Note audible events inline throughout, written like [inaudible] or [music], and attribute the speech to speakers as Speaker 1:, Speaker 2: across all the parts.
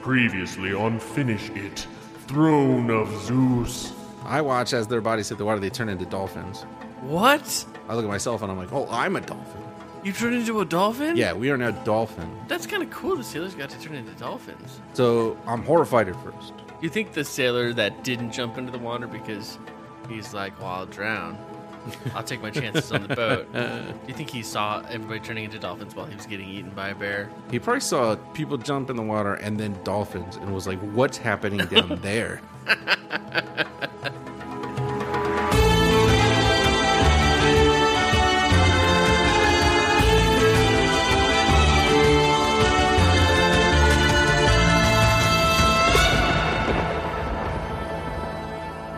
Speaker 1: Previously on Finish It, Throne of Zeus.
Speaker 2: I watch as their bodies hit the water, they turn into dolphins.
Speaker 3: What?
Speaker 2: I look at myself and I'm like, oh, I'm a dolphin.
Speaker 3: You turned into a dolphin?
Speaker 2: Yeah, we are now dolphins.
Speaker 3: That's kind of cool. The sailors got to turn into dolphins.
Speaker 2: So I'm horrified at first.
Speaker 3: You think the sailor that didn't jump into the water because he's like, well,
Speaker 2: [laughs]
Speaker 3: I'll drown. I'll take my chances on the boat. Do you think he saw everybody turning into dolphins while he was getting eaten by a bear?
Speaker 2: He probably saw people jump in the water and then dolphins and was like, what's happening down there?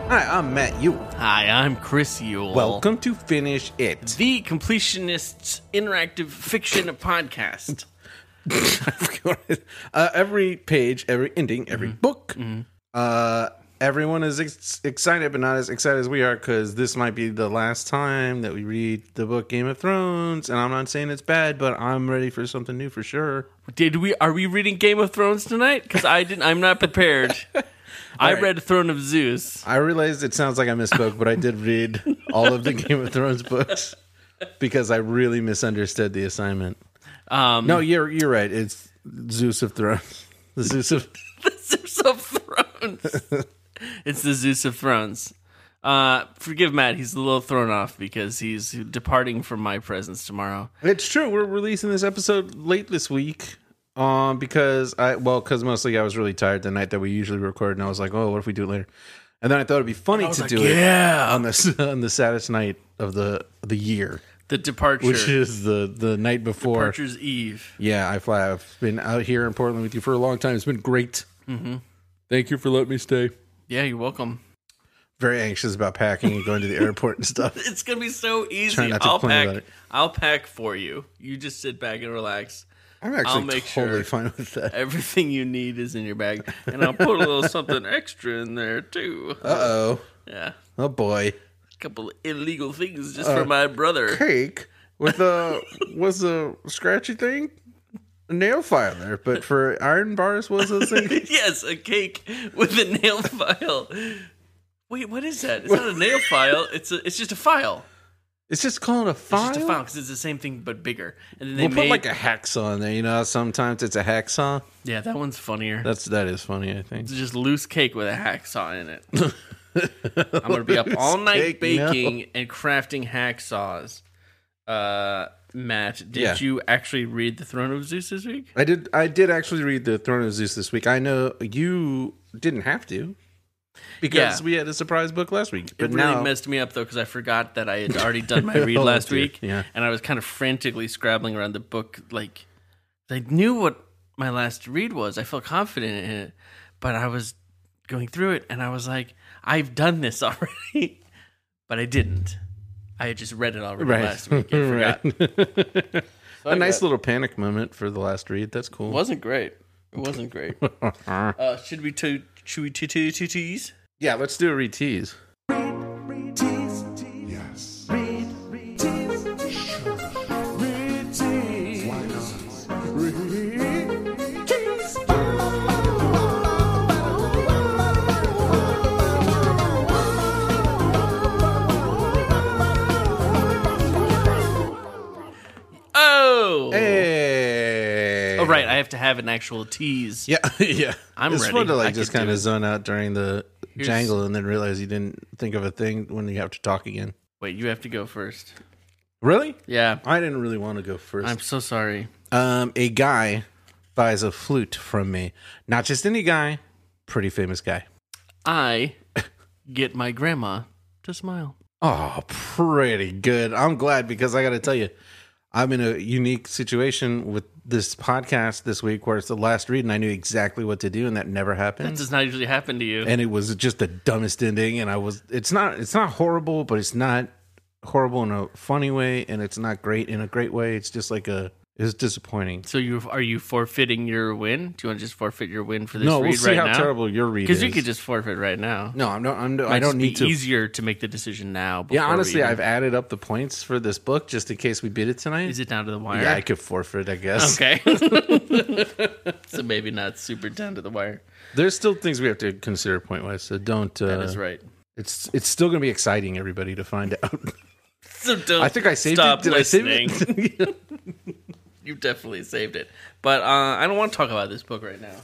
Speaker 2: Hi, I'm Matt Ewell.
Speaker 3: Hi, I'm Chris Yule.
Speaker 2: Welcome to Finish It.
Speaker 3: The Completionists Interactive Fiction Podcast.
Speaker 2: [laughs] uh, every page, every ending, every book. Uh, everyone is ex- excited, but not as excited as we are because this might be the last time that we read the book Game of Thrones. And I'm not saying it's bad, but I'm ready for something new for sure.
Speaker 3: Did we? Are we reading Game of Thrones tonight? Because I didn't. I'm not prepared.
Speaker 2: [laughs]
Speaker 3: I
Speaker 2: right.
Speaker 3: read Throne of Zeus.
Speaker 2: I realized it sounds like I misspoke, but I did [laughs] read all of the Game of Thrones books because I really misunderstood the assignment.
Speaker 3: Um,
Speaker 2: No, you're you're right. It's Zeus of Thrones. [laughs] The Zeus of
Speaker 3: the Zeus of Thrones. [laughs] it's the Zeus of Thrones. Uh, forgive Matt, he's a little thrown off because he's departing from my presence tomorrow.
Speaker 2: It's true. We're releasing this episode late this week. Um, because I well, because mostly I was really tired the night that we usually record, and I was like, oh, what if we do it later? And then I thought it'd be funny to do it on the [laughs] on the saddest night of the the year,
Speaker 3: The departure,
Speaker 2: which is the the night before.
Speaker 3: Archer's Eve.
Speaker 2: Yeah, I fly. I've been out here in Portland with you for a long time. It's been great. Mm-hmm. Thank you for letting me stay.
Speaker 3: Yeah, you're welcome.
Speaker 2: Very anxious about packing and going to the airport and [laughs] stuff.
Speaker 3: It's gonna be so easy.
Speaker 2: Try not to
Speaker 3: I'll
Speaker 2: complain
Speaker 3: pack.
Speaker 2: about it.
Speaker 3: I'll pack for you. You just sit back and relax.
Speaker 2: I'm actually
Speaker 3: make
Speaker 2: totally
Speaker 3: sure.
Speaker 2: fine with that.
Speaker 3: Everything you need is in your bag, and I'll put a little something extra in there too.
Speaker 2: Uh oh.
Speaker 3: yeah,
Speaker 2: Oh boy.
Speaker 3: a couple illegal things just
Speaker 2: uh,
Speaker 3: for my brother.
Speaker 2: cake with a [laughs] was a scratchy thing, a nail filer. But for iron bars was a thing.
Speaker 3: [laughs] Yes, a cake with a nail [laughs] file. Wait, what is that? It's not a nail file. It's a, it's just a file.
Speaker 2: [laughs] It's just called a
Speaker 3: It's
Speaker 2: file.
Speaker 3: just a file because it's the same thing but bigger. And then they
Speaker 2: We'll
Speaker 3: made
Speaker 2: put like a hacksaw in there. You know, how sometimes it's a hacksaw.
Speaker 3: yeah, that one's funnier.
Speaker 2: That's that is funny. I think.
Speaker 3: it's just loose cake with a hacksaw in it.
Speaker 2: [laughs]
Speaker 3: I'm gonna be up all
Speaker 2: Loose
Speaker 3: night
Speaker 2: cake, no.
Speaker 3: baking and crafting hacksaws. Uh, Matt, did
Speaker 2: Yeah.
Speaker 3: you actually read the Throne of Zeus this week?
Speaker 2: I did. I did actually read the Throne of Zeus this week. I know you didn't have to because
Speaker 3: Yeah.
Speaker 2: we had a surprise book last week. But
Speaker 3: it really
Speaker 2: now,
Speaker 3: messed me up though because I forgot that I had
Speaker 2: [laughs]
Speaker 3: already done my read
Speaker 2: Oh,
Speaker 3: last
Speaker 2: dear.
Speaker 3: week,
Speaker 2: Yeah.
Speaker 3: and I was kind of frantically scrabbling around the book. Like I knew what my last read was. I felt confident in it, but I was going through it and I was like, I've done this [laughs] already, but I didn't. I had just read it already
Speaker 2: Right.
Speaker 3: last week.
Speaker 2: [laughs]
Speaker 3: and forgot.
Speaker 2: a nice little panic moment for the last read. That's cool.
Speaker 3: It wasn't great. It wasn't great.
Speaker 2: [laughs]
Speaker 3: uh, should we to should we to to to tease?
Speaker 2: Yeah, let's do a re tease.
Speaker 1: Yes.
Speaker 3: Oh.
Speaker 2: Hey.
Speaker 3: Oh, right, I have to have an actual tease.
Speaker 2: Yeah, [laughs] yeah.
Speaker 3: I'm
Speaker 2: it's
Speaker 3: ready.
Speaker 2: fun to like
Speaker 3: I
Speaker 2: just
Speaker 3: could do
Speaker 2: kind of
Speaker 3: it.
Speaker 2: zone out during the jangle and then realize you didn't think of a thing when you have to talk again.
Speaker 3: Wait, you have to go first.
Speaker 2: Really?
Speaker 3: Yeah.
Speaker 2: I didn't really want to go 1st
Speaker 3: I'm so sorry.
Speaker 2: um, a guy buys a flute from me. Not just any guy, pretty famous guy.
Speaker 3: I [laughs] get my grandma to smile.
Speaker 2: Oh, pretty good. I'm glad because I got to tell you, I'm in a unique situation with this podcast this week where it's the last read and I knew exactly what to do and that never happened.
Speaker 3: That does not usually happen to you.
Speaker 2: and it was just the dumbest ending and i was it's not it's not horrible but it's not horrible in a funny way and it's not great in a great way it's just like a It was disappointing.
Speaker 3: So you are you forfeiting your win? Do you want to just forfeit your win for this
Speaker 2: No,
Speaker 3: read
Speaker 2: we'll see
Speaker 3: right
Speaker 2: how
Speaker 3: now?
Speaker 2: terrible your read is.
Speaker 3: Because you could just forfeit right now.
Speaker 2: no, I'm not. I'm, I
Speaker 3: Might
Speaker 2: don't
Speaker 3: just
Speaker 2: need to.
Speaker 3: be Easier to make the decision now.
Speaker 2: Yeah,
Speaker 3: before we
Speaker 2: honestly,
Speaker 3: even-
Speaker 2: I've added up the points for this book just in case we beat it tonight.
Speaker 3: Is it down to
Speaker 2: [laughs]
Speaker 3: the wire?
Speaker 2: yeah, I could forfeit, I guess.
Speaker 3: Okay.
Speaker 2: [laughs]
Speaker 3: [laughs] so maybe not super down to the wire.
Speaker 2: There's still things we have to consider point wise, so don't. Uh,
Speaker 3: That is right.
Speaker 2: It's it's still going to be exciting, everybody, to find [laughs] out.
Speaker 3: So don't.
Speaker 2: I think I saved
Speaker 3: stop
Speaker 2: it. Did
Speaker 3: listening.
Speaker 2: I save [laughs] it?
Speaker 3: you definitely saved it. But uh, I don't want to talk about this book right now.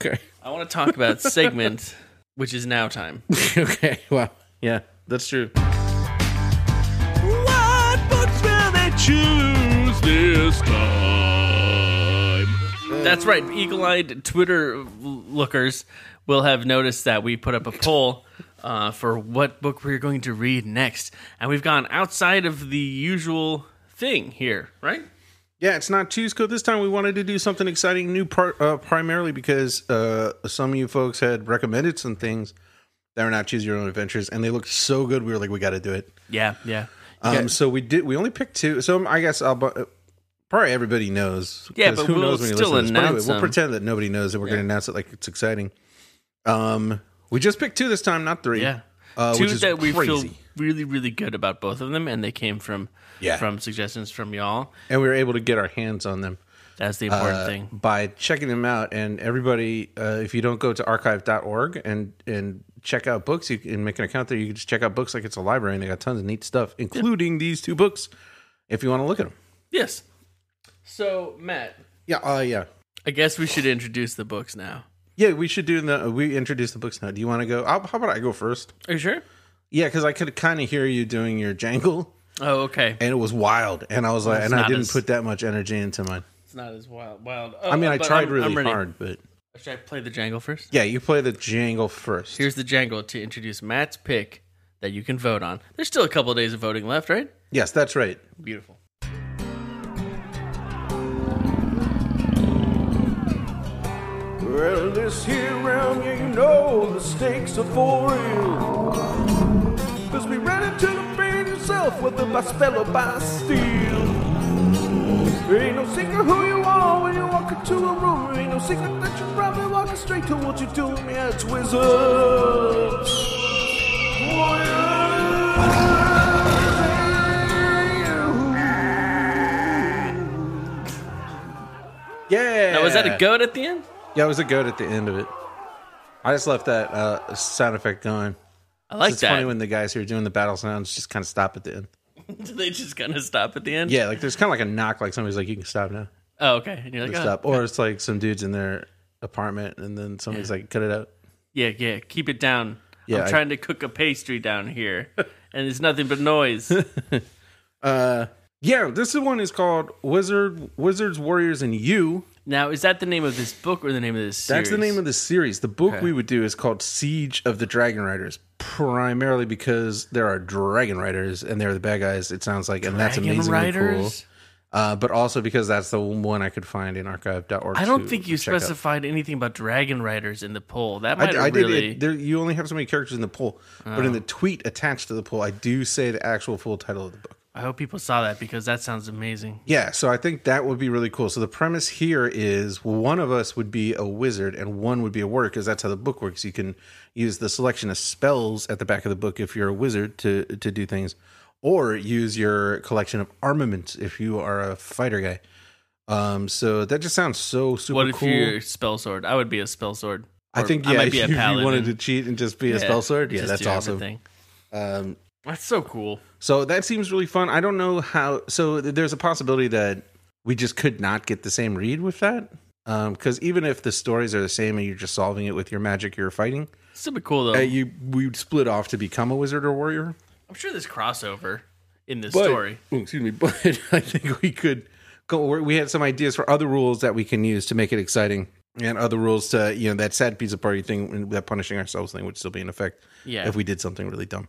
Speaker 2: okay.
Speaker 3: I want to talk [laughs] about segment, which is now time.
Speaker 2: okay. Wow. Yeah, that's true.
Speaker 1: What books will they choose this time?
Speaker 3: That's right. Eagle eyed Twitter lookers will have noticed that we put up a poll uh, for what book we're going to read next. And we've gone outside of the usual thing here, right?
Speaker 2: Yeah, it's not choose code this time. We wanted to do something exciting, new, par- uh, primarily because uh, some of you folks had recommended some things that were not choose your own adventures, and they looked so good. We were like, we got to do it.
Speaker 3: Yeah, yeah.
Speaker 2: Um, So we did. We only picked two. So I guess I'll. bu- Probably everybody knows.
Speaker 3: Yeah,
Speaker 2: 'cause
Speaker 3: but
Speaker 2: who
Speaker 3: we'll
Speaker 2: knows when you
Speaker 3: still
Speaker 2: listen to this. But
Speaker 3: announce
Speaker 2: anyway, We'll
Speaker 3: them.
Speaker 2: pretend that nobody knows, and we're going to announce it like it's exciting. Um, we just picked two this time, not three.
Speaker 3: Yeah.
Speaker 2: uh,
Speaker 3: Two
Speaker 2: which is
Speaker 3: that we
Speaker 2: crazy.
Speaker 3: feel really, really good about both of them, and they came from
Speaker 2: Yeah.
Speaker 3: from suggestions from y'all.
Speaker 2: and we were able to get our hands on them.
Speaker 3: That's the important
Speaker 2: uh,
Speaker 3: thing.
Speaker 2: by checking them out. And everybody, uh, if you don't go to archive.org and and check out books, you can make an account there. You can just check out books like it's a library, and they got tons of neat stuff, including these two books. If you want to look at them,
Speaker 3: Yes. So Matt,
Speaker 2: yeah, uh, yeah,
Speaker 3: I guess we should introduce the books now.
Speaker 2: yeah. We should do the we introduce the books now. Do you want to go? I'll, how about I go first?
Speaker 3: Are you sure?
Speaker 2: Yeah, because I could kind of hear you doing your jangle,
Speaker 3: Oh, okay.
Speaker 2: and it was wild. And I was like,
Speaker 3: it's
Speaker 2: and I
Speaker 3: not
Speaker 2: didn't
Speaker 3: as-
Speaker 2: put that much energy into mine.
Speaker 3: It's not as wild. Wild. Oh,
Speaker 2: I mean, I
Speaker 3: but
Speaker 2: tried
Speaker 3: I'm-
Speaker 2: really
Speaker 3: I'm ready.
Speaker 2: hard, but
Speaker 3: Should I play the jangle first?
Speaker 2: yeah, you play the jangle first.
Speaker 3: Here's the jangle to introduce Matt's pick that you can vote on. There's still a couple of days of voting left, right?
Speaker 2: yes, that's right.
Speaker 3: Beautiful.
Speaker 4: Well, this here round, yeah, you know the stakes are for real. Cause we ran into the brain yourself, whether by spell or by steel. Ain't no secret who you are when you walk into a room. Ain't no secret that you're probably walking straight to what you do, yeah, it's wizards.
Speaker 2: Yeah.
Speaker 3: Now, was that a goat at the end?
Speaker 2: Yeah, it was a goat at the end of it. I just left that uh, sound effect going.
Speaker 3: I like
Speaker 2: it's
Speaker 3: that.
Speaker 2: funny when the guys who are doing the battle sounds just kind of stop at the end.
Speaker 3: Do [laughs] they just kind of stop at the end?
Speaker 2: Yeah, like there's kind of like a knock, like somebody's like, "You can stop now,
Speaker 3: Oh, okay. And you're like,
Speaker 2: They
Speaker 3: oh,
Speaker 2: stop," or it's like some dudes in their apartment, and then somebody's like, "Cut it out."
Speaker 3: yeah, yeah. Keep it down.
Speaker 2: Yeah,
Speaker 3: I'm
Speaker 2: I-
Speaker 3: trying to cook a pastry down
Speaker 2: [laughs]
Speaker 3: here, and it's nothing but noise.
Speaker 2: Yeah, this one is called Wizard Wizards, Warriors, and You.
Speaker 3: now, is that the name of this book or the name of this series?
Speaker 2: That's the name of the series. The book we would do is called Siege of the Dragon Riders, primarily because there are dragon riders and they're the bad guys. It sounds like, and that's
Speaker 3: Dragon
Speaker 2: amazingly cool.
Speaker 3: Riders?
Speaker 2: uh, but also because that's the one I could find in archive.org.
Speaker 3: I don't
Speaker 2: to
Speaker 3: think you
Speaker 2: check out.
Speaker 3: specified anything about Dragon Riders in the poll. That
Speaker 2: I,
Speaker 3: might
Speaker 2: I
Speaker 3: have
Speaker 2: did.
Speaker 3: really. Oh.
Speaker 2: It, there, you only have so many characters in the poll, but in the tweet attached to the poll, I do say the actual full title of the book.
Speaker 3: I hope people saw that because that sounds amazing.
Speaker 2: Yeah, so I think that would be really cool. So the premise here is one of us would be a wizard and one would be a warrior because that's how the book works. You can use the selection of spells at the back of the book if you're a wizard to to do things, or use your collection of armaments if you are a fighter guy. Um, so that just sounds so super
Speaker 3: What if
Speaker 2: cool.
Speaker 3: you're a spell sword? I would be a spell sword.
Speaker 2: I
Speaker 3: Or
Speaker 2: think yeah,
Speaker 3: I might be
Speaker 2: [laughs]
Speaker 3: a
Speaker 2: if you
Speaker 3: paladin.
Speaker 2: wanted to cheat and just be a spell sword, yeah,
Speaker 3: just
Speaker 2: that's
Speaker 3: do
Speaker 2: awesome.
Speaker 3: everything.
Speaker 2: Um,
Speaker 3: That's so cool.
Speaker 2: so that seems really fun. I don't know how. So th- there's a possibility that we just could not get the same read with that. Because even if the stories are the same and you're just solving it with your magic, you're fighting.
Speaker 3: Super cool though.
Speaker 2: Uh, you we'd split off to become a wizard or warrior.
Speaker 3: I'm sure there's crossover in this
Speaker 2: But-
Speaker 3: story.
Speaker 2: oh, excuse me, [laughs] but I think we could go. We had some ideas for other rules that we can use to make it exciting, and other rules to you know that sad pizza party thing, and that punishing ourselves thing would still be in effect.
Speaker 3: Yeah.
Speaker 2: if we did something really dumb.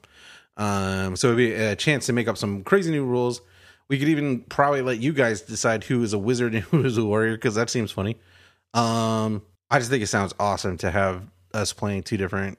Speaker 2: Um, so it'd be a chance to make up some crazy new rules. We could even probably let you guys decide who is a wizard and [laughs] who is a warrior because that seems funny. Um, I just think it sounds awesome to have us playing two different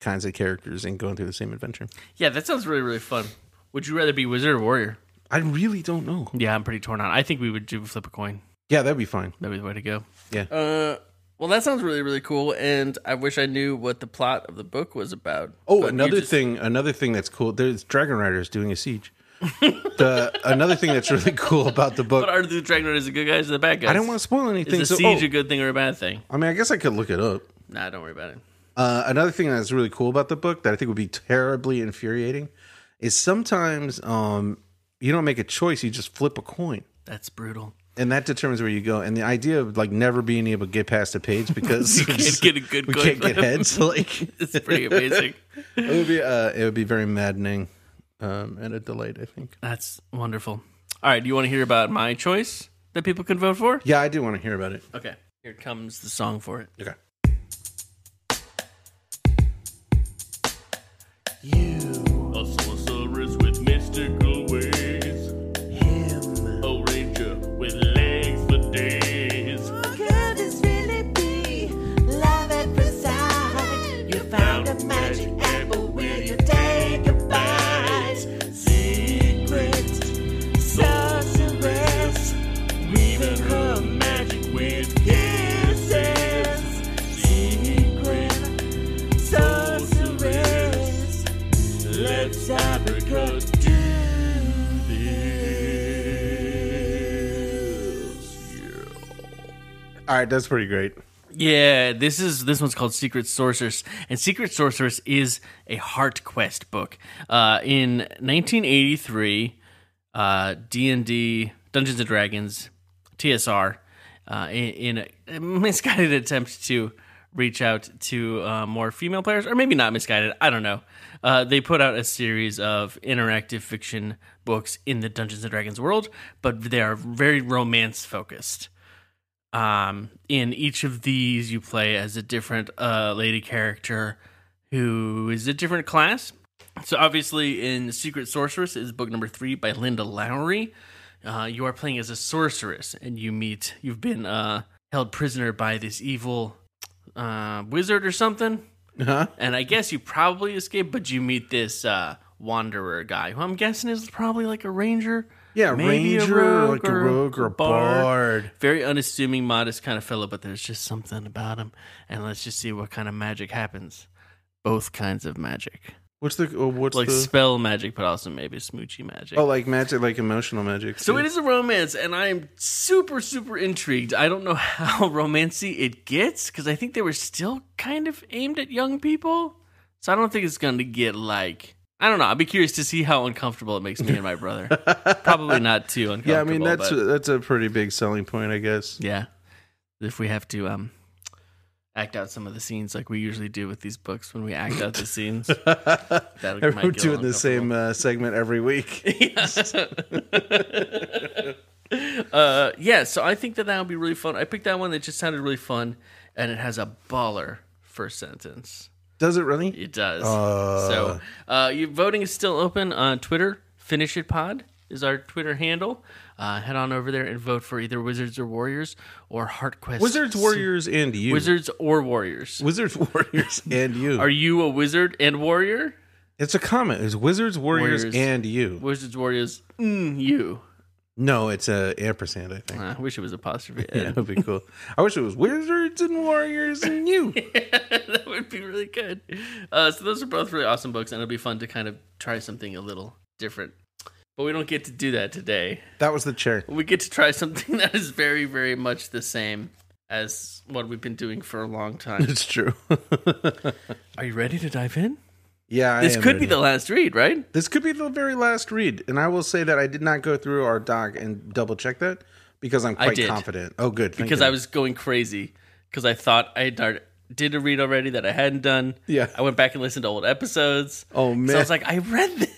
Speaker 2: kinds of characters and going through the same adventure.
Speaker 3: Yeah, that sounds really really fun. Would you rather be wizard or warrior?
Speaker 2: I really don't know.
Speaker 3: Yeah, I'm pretty torn on. it. I think we would do flip a coin.
Speaker 2: Yeah, that'd be fine.
Speaker 3: That'd be the way to go.
Speaker 2: Yeah.
Speaker 3: Uh, well, that sounds really really cool, and I wish I knew what the plot of the book was about.
Speaker 2: Oh,
Speaker 3: But you
Speaker 2: another
Speaker 3: just-
Speaker 2: thing, another thing that's cool. There's Dragon Riders doing a siege. the [laughs] another thing that's really cool about the book.
Speaker 3: But are the dragon riders the good guys or the bad guys?
Speaker 2: I don't want to spoil anything.
Speaker 3: Is
Speaker 2: so,
Speaker 3: the siege
Speaker 2: oh,
Speaker 3: a good thing or a bad thing?
Speaker 2: I mean, I guess I could look it up.
Speaker 3: Nah, don't worry about it.
Speaker 2: Uh, another thing that's really cool about the book that I think would be terribly infuriating is sometimes um, you don't make a choice; you just flip a coin.
Speaker 3: That's brutal.
Speaker 2: and that determines where you go. And the idea of like never being able to get past a
Speaker 3: [laughs]
Speaker 2: page because you
Speaker 3: can't get a good
Speaker 2: we
Speaker 3: coin
Speaker 2: can't get
Speaker 3: flip.
Speaker 2: heads. [laughs] Like
Speaker 3: It's pretty amazing.
Speaker 2: it would be, uh, it would be very maddening um, and a delight. I think.
Speaker 3: [laughs] That's wonderful. All right, do you want to hear about my choice that people can vote for?
Speaker 2: Yeah, I do want to hear about it.
Speaker 3: Okay, here comes the song for it.
Speaker 2: Okay.
Speaker 5: A sorceress with mystical ways. Him. A ranger with legs for days.
Speaker 6: Could this really be love at first sight? You found a magic apple, will you take a bite? Secret sorceress, weaving her magic with kisses. Secret sorceress, let's Africa do this.
Speaker 2: All right, that's pretty great.
Speaker 3: Yeah, this is this one's called Secret Sorceress, and Secret Sorceress is a heart quest book. Uh, in 1983, uh, D&D Dungeons and Dragons TSR uh, in, in a, a misguided attempt to reach out to uh, more female players, or maybe not misguided. I don't know. Uh, they put out a series of interactive fiction books in the Dungeons and Dragons world, but they are very romance focused. Um, in each of these, you play as a different uh, lady character who is a different class. So, obviously, in Secret Sorceress is book number three by Linda Lowry. Uh, you are playing as a sorceress, and you meet. You've been uh, held prisoner by this evil uh, wizard or something,
Speaker 2: Huh?
Speaker 3: and I guess you probably escape. But you meet this uh, wanderer guy, who I'm guessing is probably like a ranger.
Speaker 2: Yeah,
Speaker 3: maybe
Speaker 2: ranger, or like a rogue or a bard.
Speaker 3: very unassuming, modest kind of fellow, but there's just something about him. And let's just see what kind of magic happens. Both kinds of magic,
Speaker 2: What's the uh, what's
Speaker 3: like
Speaker 2: the
Speaker 3: spell magic, but also maybe smoochy magic.
Speaker 2: oh like magic like emotional magic?
Speaker 3: so it is a romance, and I'm super, super intrigued. I don't know [laughs] how romancy it gets because I think they were still kind of aimed at young people. So I don't think it's going to get like I don't know. I'd be curious to see how uncomfortable it makes me and my
Speaker 2: [laughs]
Speaker 3: brother. Probably not too uncomfortable.
Speaker 2: Yeah, I mean that's
Speaker 3: but-
Speaker 2: that's a pretty big selling point, I guess.
Speaker 3: Yeah. If we have to um act out some of the scenes like we usually do with these books when we act out the
Speaker 2: [laughs]
Speaker 3: scenes. That might
Speaker 2: We're
Speaker 3: get a
Speaker 2: doing
Speaker 3: little
Speaker 2: the same uh, segment every week.
Speaker 3: [laughs] Uh yeah, so I think that that would be really fun. I picked that one that just sounded really fun and it has a baller first sentence.
Speaker 2: Does it really?
Speaker 3: It does.
Speaker 2: Uh.
Speaker 3: so uh your voting is still open on Twitter. Finish it pod is our Twitter handle. Uh, head on over there and vote for either Wizards or Warriors or HeartQuest.
Speaker 2: Wizards, warriors, and you.
Speaker 3: Wizards or Warriors.
Speaker 2: Wizards,
Speaker 3: [laughs]
Speaker 2: warriors, and you.
Speaker 3: Are you a wizard and warrior?
Speaker 2: It's a comment. It's wizards, warriors,
Speaker 3: Warriors.
Speaker 2: and you.
Speaker 3: Wizards, Warriors, mm, you.
Speaker 2: No, it's a ampersand. I think.
Speaker 3: I wish it was apostrophe.
Speaker 2: Yeah,
Speaker 3: Ed.
Speaker 2: that'd be cool. I wish it was wizards and warriors and
Speaker 3: [laughs]
Speaker 2: you.
Speaker 3: that would be really good. Uh, so those are both really awesome books, and it'll be fun to kind of try something a little different. But we don't get to do that today.
Speaker 2: that was the chair.
Speaker 3: We get to try something [laughs] that is very, very much the same as what we've been doing for a long time.
Speaker 2: It's [laughs] true.
Speaker 3: [laughs] Are you ready to dive in?
Speaker 2: yeah, I
Speaker 3: This
Speaker 2: am
Speaker 3: could
Speaker 2: ready.
Speaker 3: be the last read, right?
Speaker 2: this could be the very last read, and I will say that I did not go through our doc and double check that because I'm
Speaker 3: I
Speaker 2: quite
Speaker 3: did.
Speaker 2: confident. Oh, good. thank
Speaker 3: Because
Speaker 2: you.
Speaker 3: I was going crazy because I thought I dar- did a read already that I hadn't done.
Speaker 2: Yeah.
Speaker 3: I went back and listened to old episodes.
Speaker 2: Oh man,
Speaker 3: So I was like, I read
Speaker 2: [laughs]
Speaker 3: this.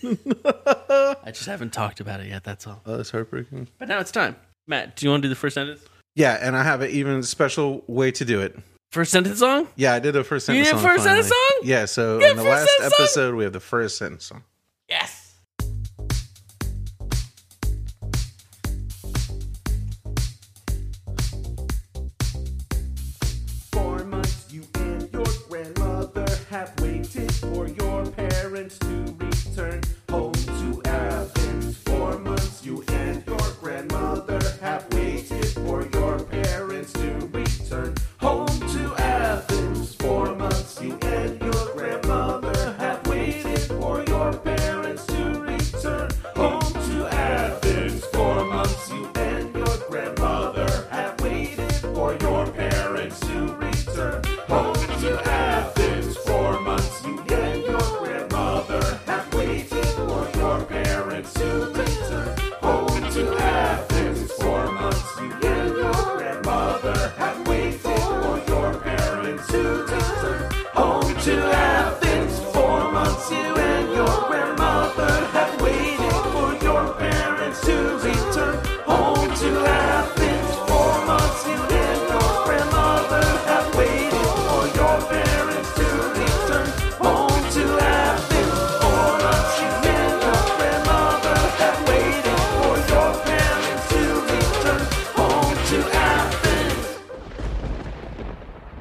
Speaker 3: I just haven't talked about it yet. That's all.
Speaker 2: [laughs] oh, that's heartbreaking.
Speaker 3: But now it's time. Matt, do you want to do the first sentence?
Speaker 2: Yeah, and I have an even special way to do it.
Speaker 3: First sentence song?
Speaker 2: Yeah, I did the first
Speaker 3: You
Speaker 2: sentence.
Speaker 3: did
Speaker 2: song
Speaker 3: first sentence
Speaker 2: finally.
Speaker 3: song?
Speaker 2: Yeah, so
Speaker 3: Yeah,
Speaker 2: in the
Speaker 3: first
Speaker 2: last
Speaker 3: sentence song?
Speaker 2: episode, we have the first sentence song.
Speaker 3: Yes.
Speaker 4: For months, you and your grandmother have waited for your parents to return home to Athens. For months, you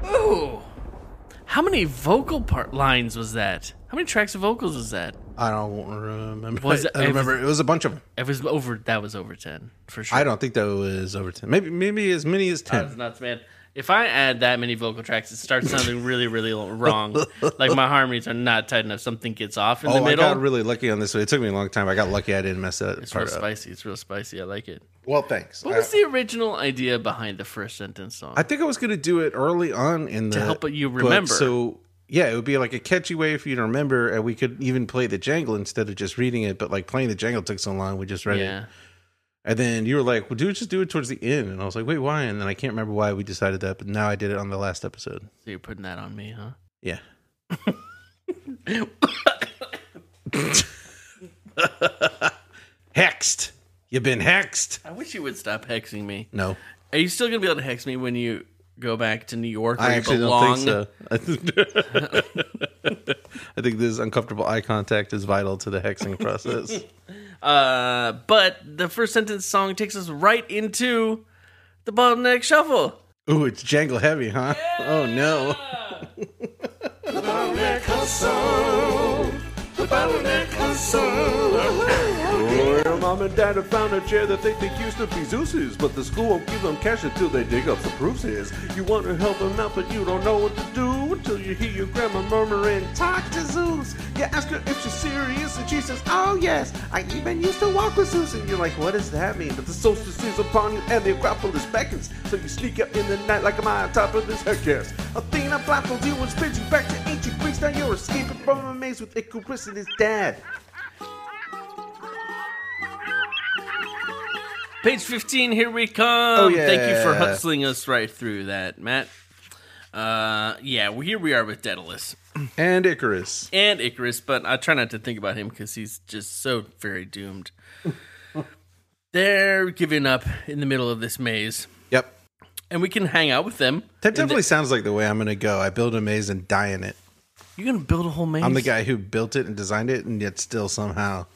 Speaker 3: Ooh. How many vocal part lines was that? How many tracks of vocals was that?
Speaker 2: I don't remember.
Speaker 3: Was
Speaker 2: Was
Speaker 3: it-
Speaker 2: it, [laughs] I remember it was a bunch of them.
Speaker 3: It was over. That was over ten for sure.
Speaker 2: I don't think that was over ten. Maybe maybe as many as ten.
Speaker 3: That's nuts, man. If I add that many vocal tracks, it starts sounding really,
Speaker 2: [laughs]
Speaker 3: really wrong. like my harmonies are not tight enough. Something gets off in the
Speaker 2: oh, I
Speaker 3: middle.
Speaker 2: got really lucky on this one. It took me a long time. I got lucky. I didn't mess that
Speaker 3: it's real
Speaker 2: part up.
Speaker 3: spicy. It's real spicy. I like it.
Speaker 2: Well, thanks.
Speaker 3: What
Speaker 2: I,
Speaker 3: was the original idea behind the first sentence song?
Speaker 2: I think I was gonna do it early on in the
Speaker 3: To help you
Speaker 2: but
Speaker 3: remember.
Speaker 2: so yeah, it would be like a catchy way for you to remember, and we could even play the jangle instead of just reading it. But like playing the jangle took so long, we just read it.
Speaker 3: yeah.
Speaker 2: And then you were like, "Well, dude, just do it towards the end." And I was like, "Wait, why?" And then I can't remember why we decided that, but now I did it on the last episode.
Speaker 3: So you're putting that on me, huh? [laughs]
Speaker 2: Yeah. [laughs] hexed. You've been hexed.
Speaker 3: I wish you would stop hexing me.
Speaker 2: No,
Speaker 3: Are you still gonna be able to hex me when you go back to New York? Where
Speaker 2: I
Speaker 3: you
Speaker 2: actually
Speaker 3: belong?
Speaker 2: don't think so. [laughs] I think this uncomfortable eye contact is vital to the hexing process.
Speaker 3: Uh, but the first sentence song takes us right into the bottleneck shuffle.
Speaker 2: [laughs] Ooh, it's jangle heavy, huh? Oh no.
Speaker 4: Well, mom and dad have found a chair that they think used to be Zeus's, but the school won't give them cash until they dig up the proofs. Is you want to help them out, but you don't know what to do until you hear your grandma murmuring, "Talk to Zeus." You ask her if she's serious, and she says, "Oh yes, I even used to walk with Zeus." And you're like, "What does that mean?" But the solstice is upon you, and the Acropolis beckons, so you sneak up in the night like a mile on top of this headcast. Athena blindfolds you and spins you back to ancient Greece. Now you're escaping from a maze with Icarus and his dad.
Speaker 3: Page 15, here we come.
Speaker 2: Oh, yeah.
Speaker 3: Thank you for hustling us right through that, Matt. Uh, yeah, well, here we are with Daedalus
Speaker 2: And Icarus.
Speaker 3: and Icarus, but I try not to think about him because he's just so
Speaker 2: [laughs]
Speaker 3: very doomed. They're giving up in the middle of this maze,
Speaker 2: Yep.
Speaker 3: and we can hang out with them.
Speaker 2: That definitely sounds like the way I'm going to go. I build a maze and die in it.
Speaker 3: You're going to build a whole maze?
Speaker 2: I'm the guy who built it and designed it, and yet still somehow,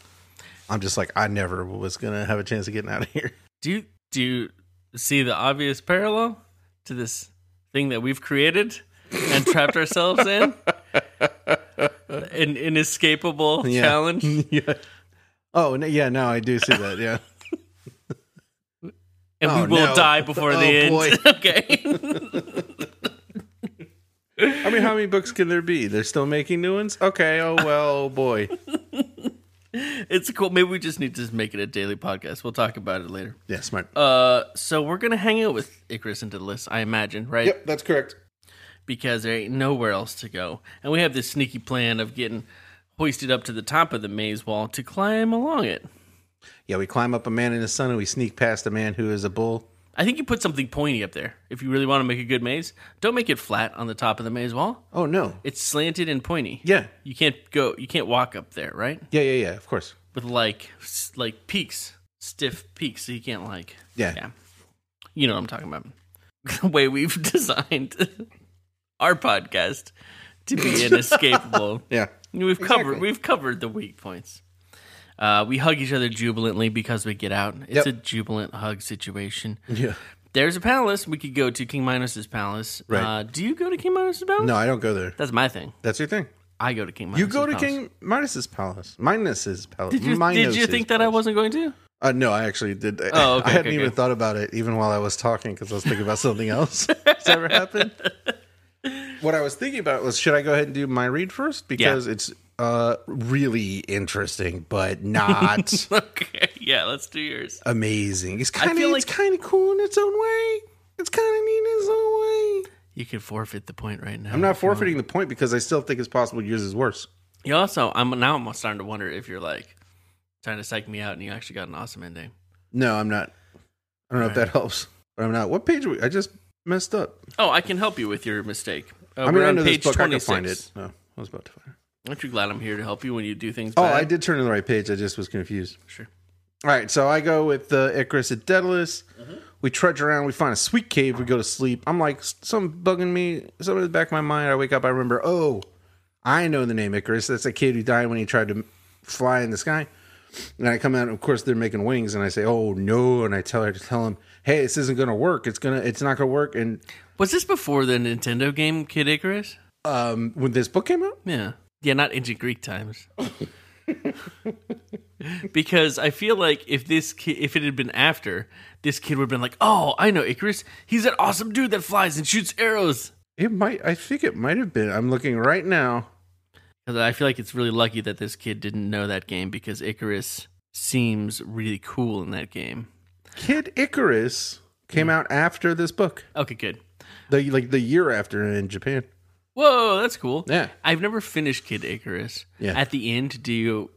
Speaker 2: I'm just like I never was gonna have a chance of getting out of [laughs] here.
Speaker 3: Do you, do you see the obvious parallel to this thing that we've created and trapped ourselves in? An inescapable
Speaker 2: Yeah.
Speaker 3: challenge.
Speaker 2: yeah. Oh no, yeah, no, I do see that. Yeah.
Speaker 3: and we
Speaker 2: Oh,
Speaker 3: will
Speaker 2: no.
Speaker 3: die before the
Speaker 2: Oh,
Speaker 3: end.
Speaker 2: boy.
Speaker 3: [laughs] okay.
Speaker 2: [laughs] I mean, how many books can there be? They're still making new ones. Okay. Oh well, boy.
Speaker 3: it's cool. Maybe we just need to make it a daily podcast. We'll talk about it later.
Speaker 2: Yeah, smart.
Speaker 3: Uh, so we're gonna hang out with Icarus and Daedalus, I imagine, right?
Speaker 2: yep, that's correct.
Speaker 3: Because there ain't nowhere else to go, and we have this sneaky plan of getting hoisted up to the top of the maze wall to climb along it.
Speaker 2: Yeah, we climb up a man in the sun and we sneak past a man who is a bull.
Speaker 3: I think you put something pointy up there if you really want to make a good maze. Don't make it flat on the top of the maze wall.
Speaker 2: Oh no.
Speaker 3: It's slanted and pointy.
Speaker 2: Yeah.
Speaker 3: you can't go. You can't walk up there, right?
Speaker 2: Yeah, yeah, yeah. Of course.
Speaker 3: with like s- like peaks, stiff peaks, so you can't like
Speaker 2: Yeah.
Speaker 3: You know what I'm talking about. [laughs] The way we've [laughs] designed [laughs] our podcast to be inescapable.
Speaker 2: [laughs] Yeah.
Speaker 3: We've covered we've covered the weak points. Uh, we hug each other jubilantly because we get out. It's
Speaker 2: Yep.
Speaker 3: a jubilant hug situation.
Speaker 2: Yeah.
Speaker 3: There's a palace we could go to, King Minos's palace.
Speaker 2: Right.
Speaker 3: Uh, do you go to King Minos's palace?
Speaker 2: No, I don't go there.
Speaker 3: That's my thing.
Speaker 2: That's your thing.
Speaker 3: I go to King Minos's
Speaker 2: You go to
Speaker 3: palace.
Speaker 2: King Minus's palace. Minus's palace.
Speaker 3: Did you, did you
Speaker 2: Minos's
Speaker 3: think that I
Speaker 2: palace.
Speaker 3: wasn't going to? [laughs]
Speaker 2: Uh, no, I actually did.
Speaker 3: Oh,
Speaker 2: [laughs]
Speaker 3: okay,
Speaker 2: I hadn't
Speaker 3: okay,
Speaker 2: even
Speaker 3: okay.
Speaker 2: thought about it, even while I was talking, because I was thinking about something else. Has ever
Speaker 3: [laughs]
Speaker 2: happened? What I was thinking about was, should I go ahead and do my read first because it's uh, really interesting, but
Speaker 3: [laughs]
Speaker 2: not
Speaker 3: Okay. Yeah, let's do yours.
Speaker 2: amazing. It's kind of
Speaker 3: feel
Speaker 2: it's
Speaker 3: like-
Speaker 2: kind of cool in its own way. It's kind of neat in its own way.
Speaker 3: You could forfeit the point right now.
Speaker 2: I'm not forfeiting the point because I still think it's possible yours is worse.
Speaker 3: You also, I'm now I'm starting to wonder if you're like trying to psych me out, and you actually got an awesome ending.
Speaker 2: No, I'm not. I don't know if that helps, but I'm not. What page? Are we? I just messed up.
Speaker 3: Oh, I can help you with your mistake. Uh,
Speaker 2: I mean,
Speaker 3: we're
Speaker 2: I
Speaker 3: on
Speaker 2: know this
Speaker 3: page
Speaker 2: book. I can
Speaker 3: 26.
Speaker 2: find it. No, I was about to find it.
Speaker 3: Aren't you glad I'm here to help you when you do things?
Speaker 2: Oh,
Speaker 3: bad?
Speaker 2: I did turn to the right page. I just was confused.
Speaker 3: Sure.
Speaker 2: All right, so I go with uh, Icarus and Daedalus. We trudge around. We find a sweet cave. We go to sleep. I'm like, something bugging me. Something in the back of my mind. I wake up. I remember, oh, I know the name Icarus. That's a kid who died when he tried to fly in the sky. And I come out. Of course, they're making wings, and I say, "Oh no!" And I tell her to tell him, "Hey, this isn't going to work. It's gonna. It's not going to work." And
Speaker 3: Was this before the Nintendo game Kid Icarus?
Speaker 2: Um, when this book came out,
Speaker 3: Yeah. Yeah, not ancient
Speaker 2: [laughs]
Speaker 3: Greek times. because I feel like if this kid, if it had been after, this kid would have been like, "Oh, I know Icarus. He's that awesome dude that flies and shoots arrows."
Speaker 2: it might. I think it might have been. I'm looking right now.
Speaker 3: 'Cause I feel like it's really lucky that this kid didn't know that game because Icarus seems really cool in that game.
Speaker 2: Kid Icarus
Speaker 3: Hmm.
Speaker 2: came out after this book,
Speaker 3: Okay, good.
Speaker 2: the like the year after in Japan.
Speaker 3: Whoa, that's cool.
Speaker 2: Yeah.
Speaker 3: I've never finished Kid Icarus.
Speaker 2: Yeah.
Speaker 3: At the end, do you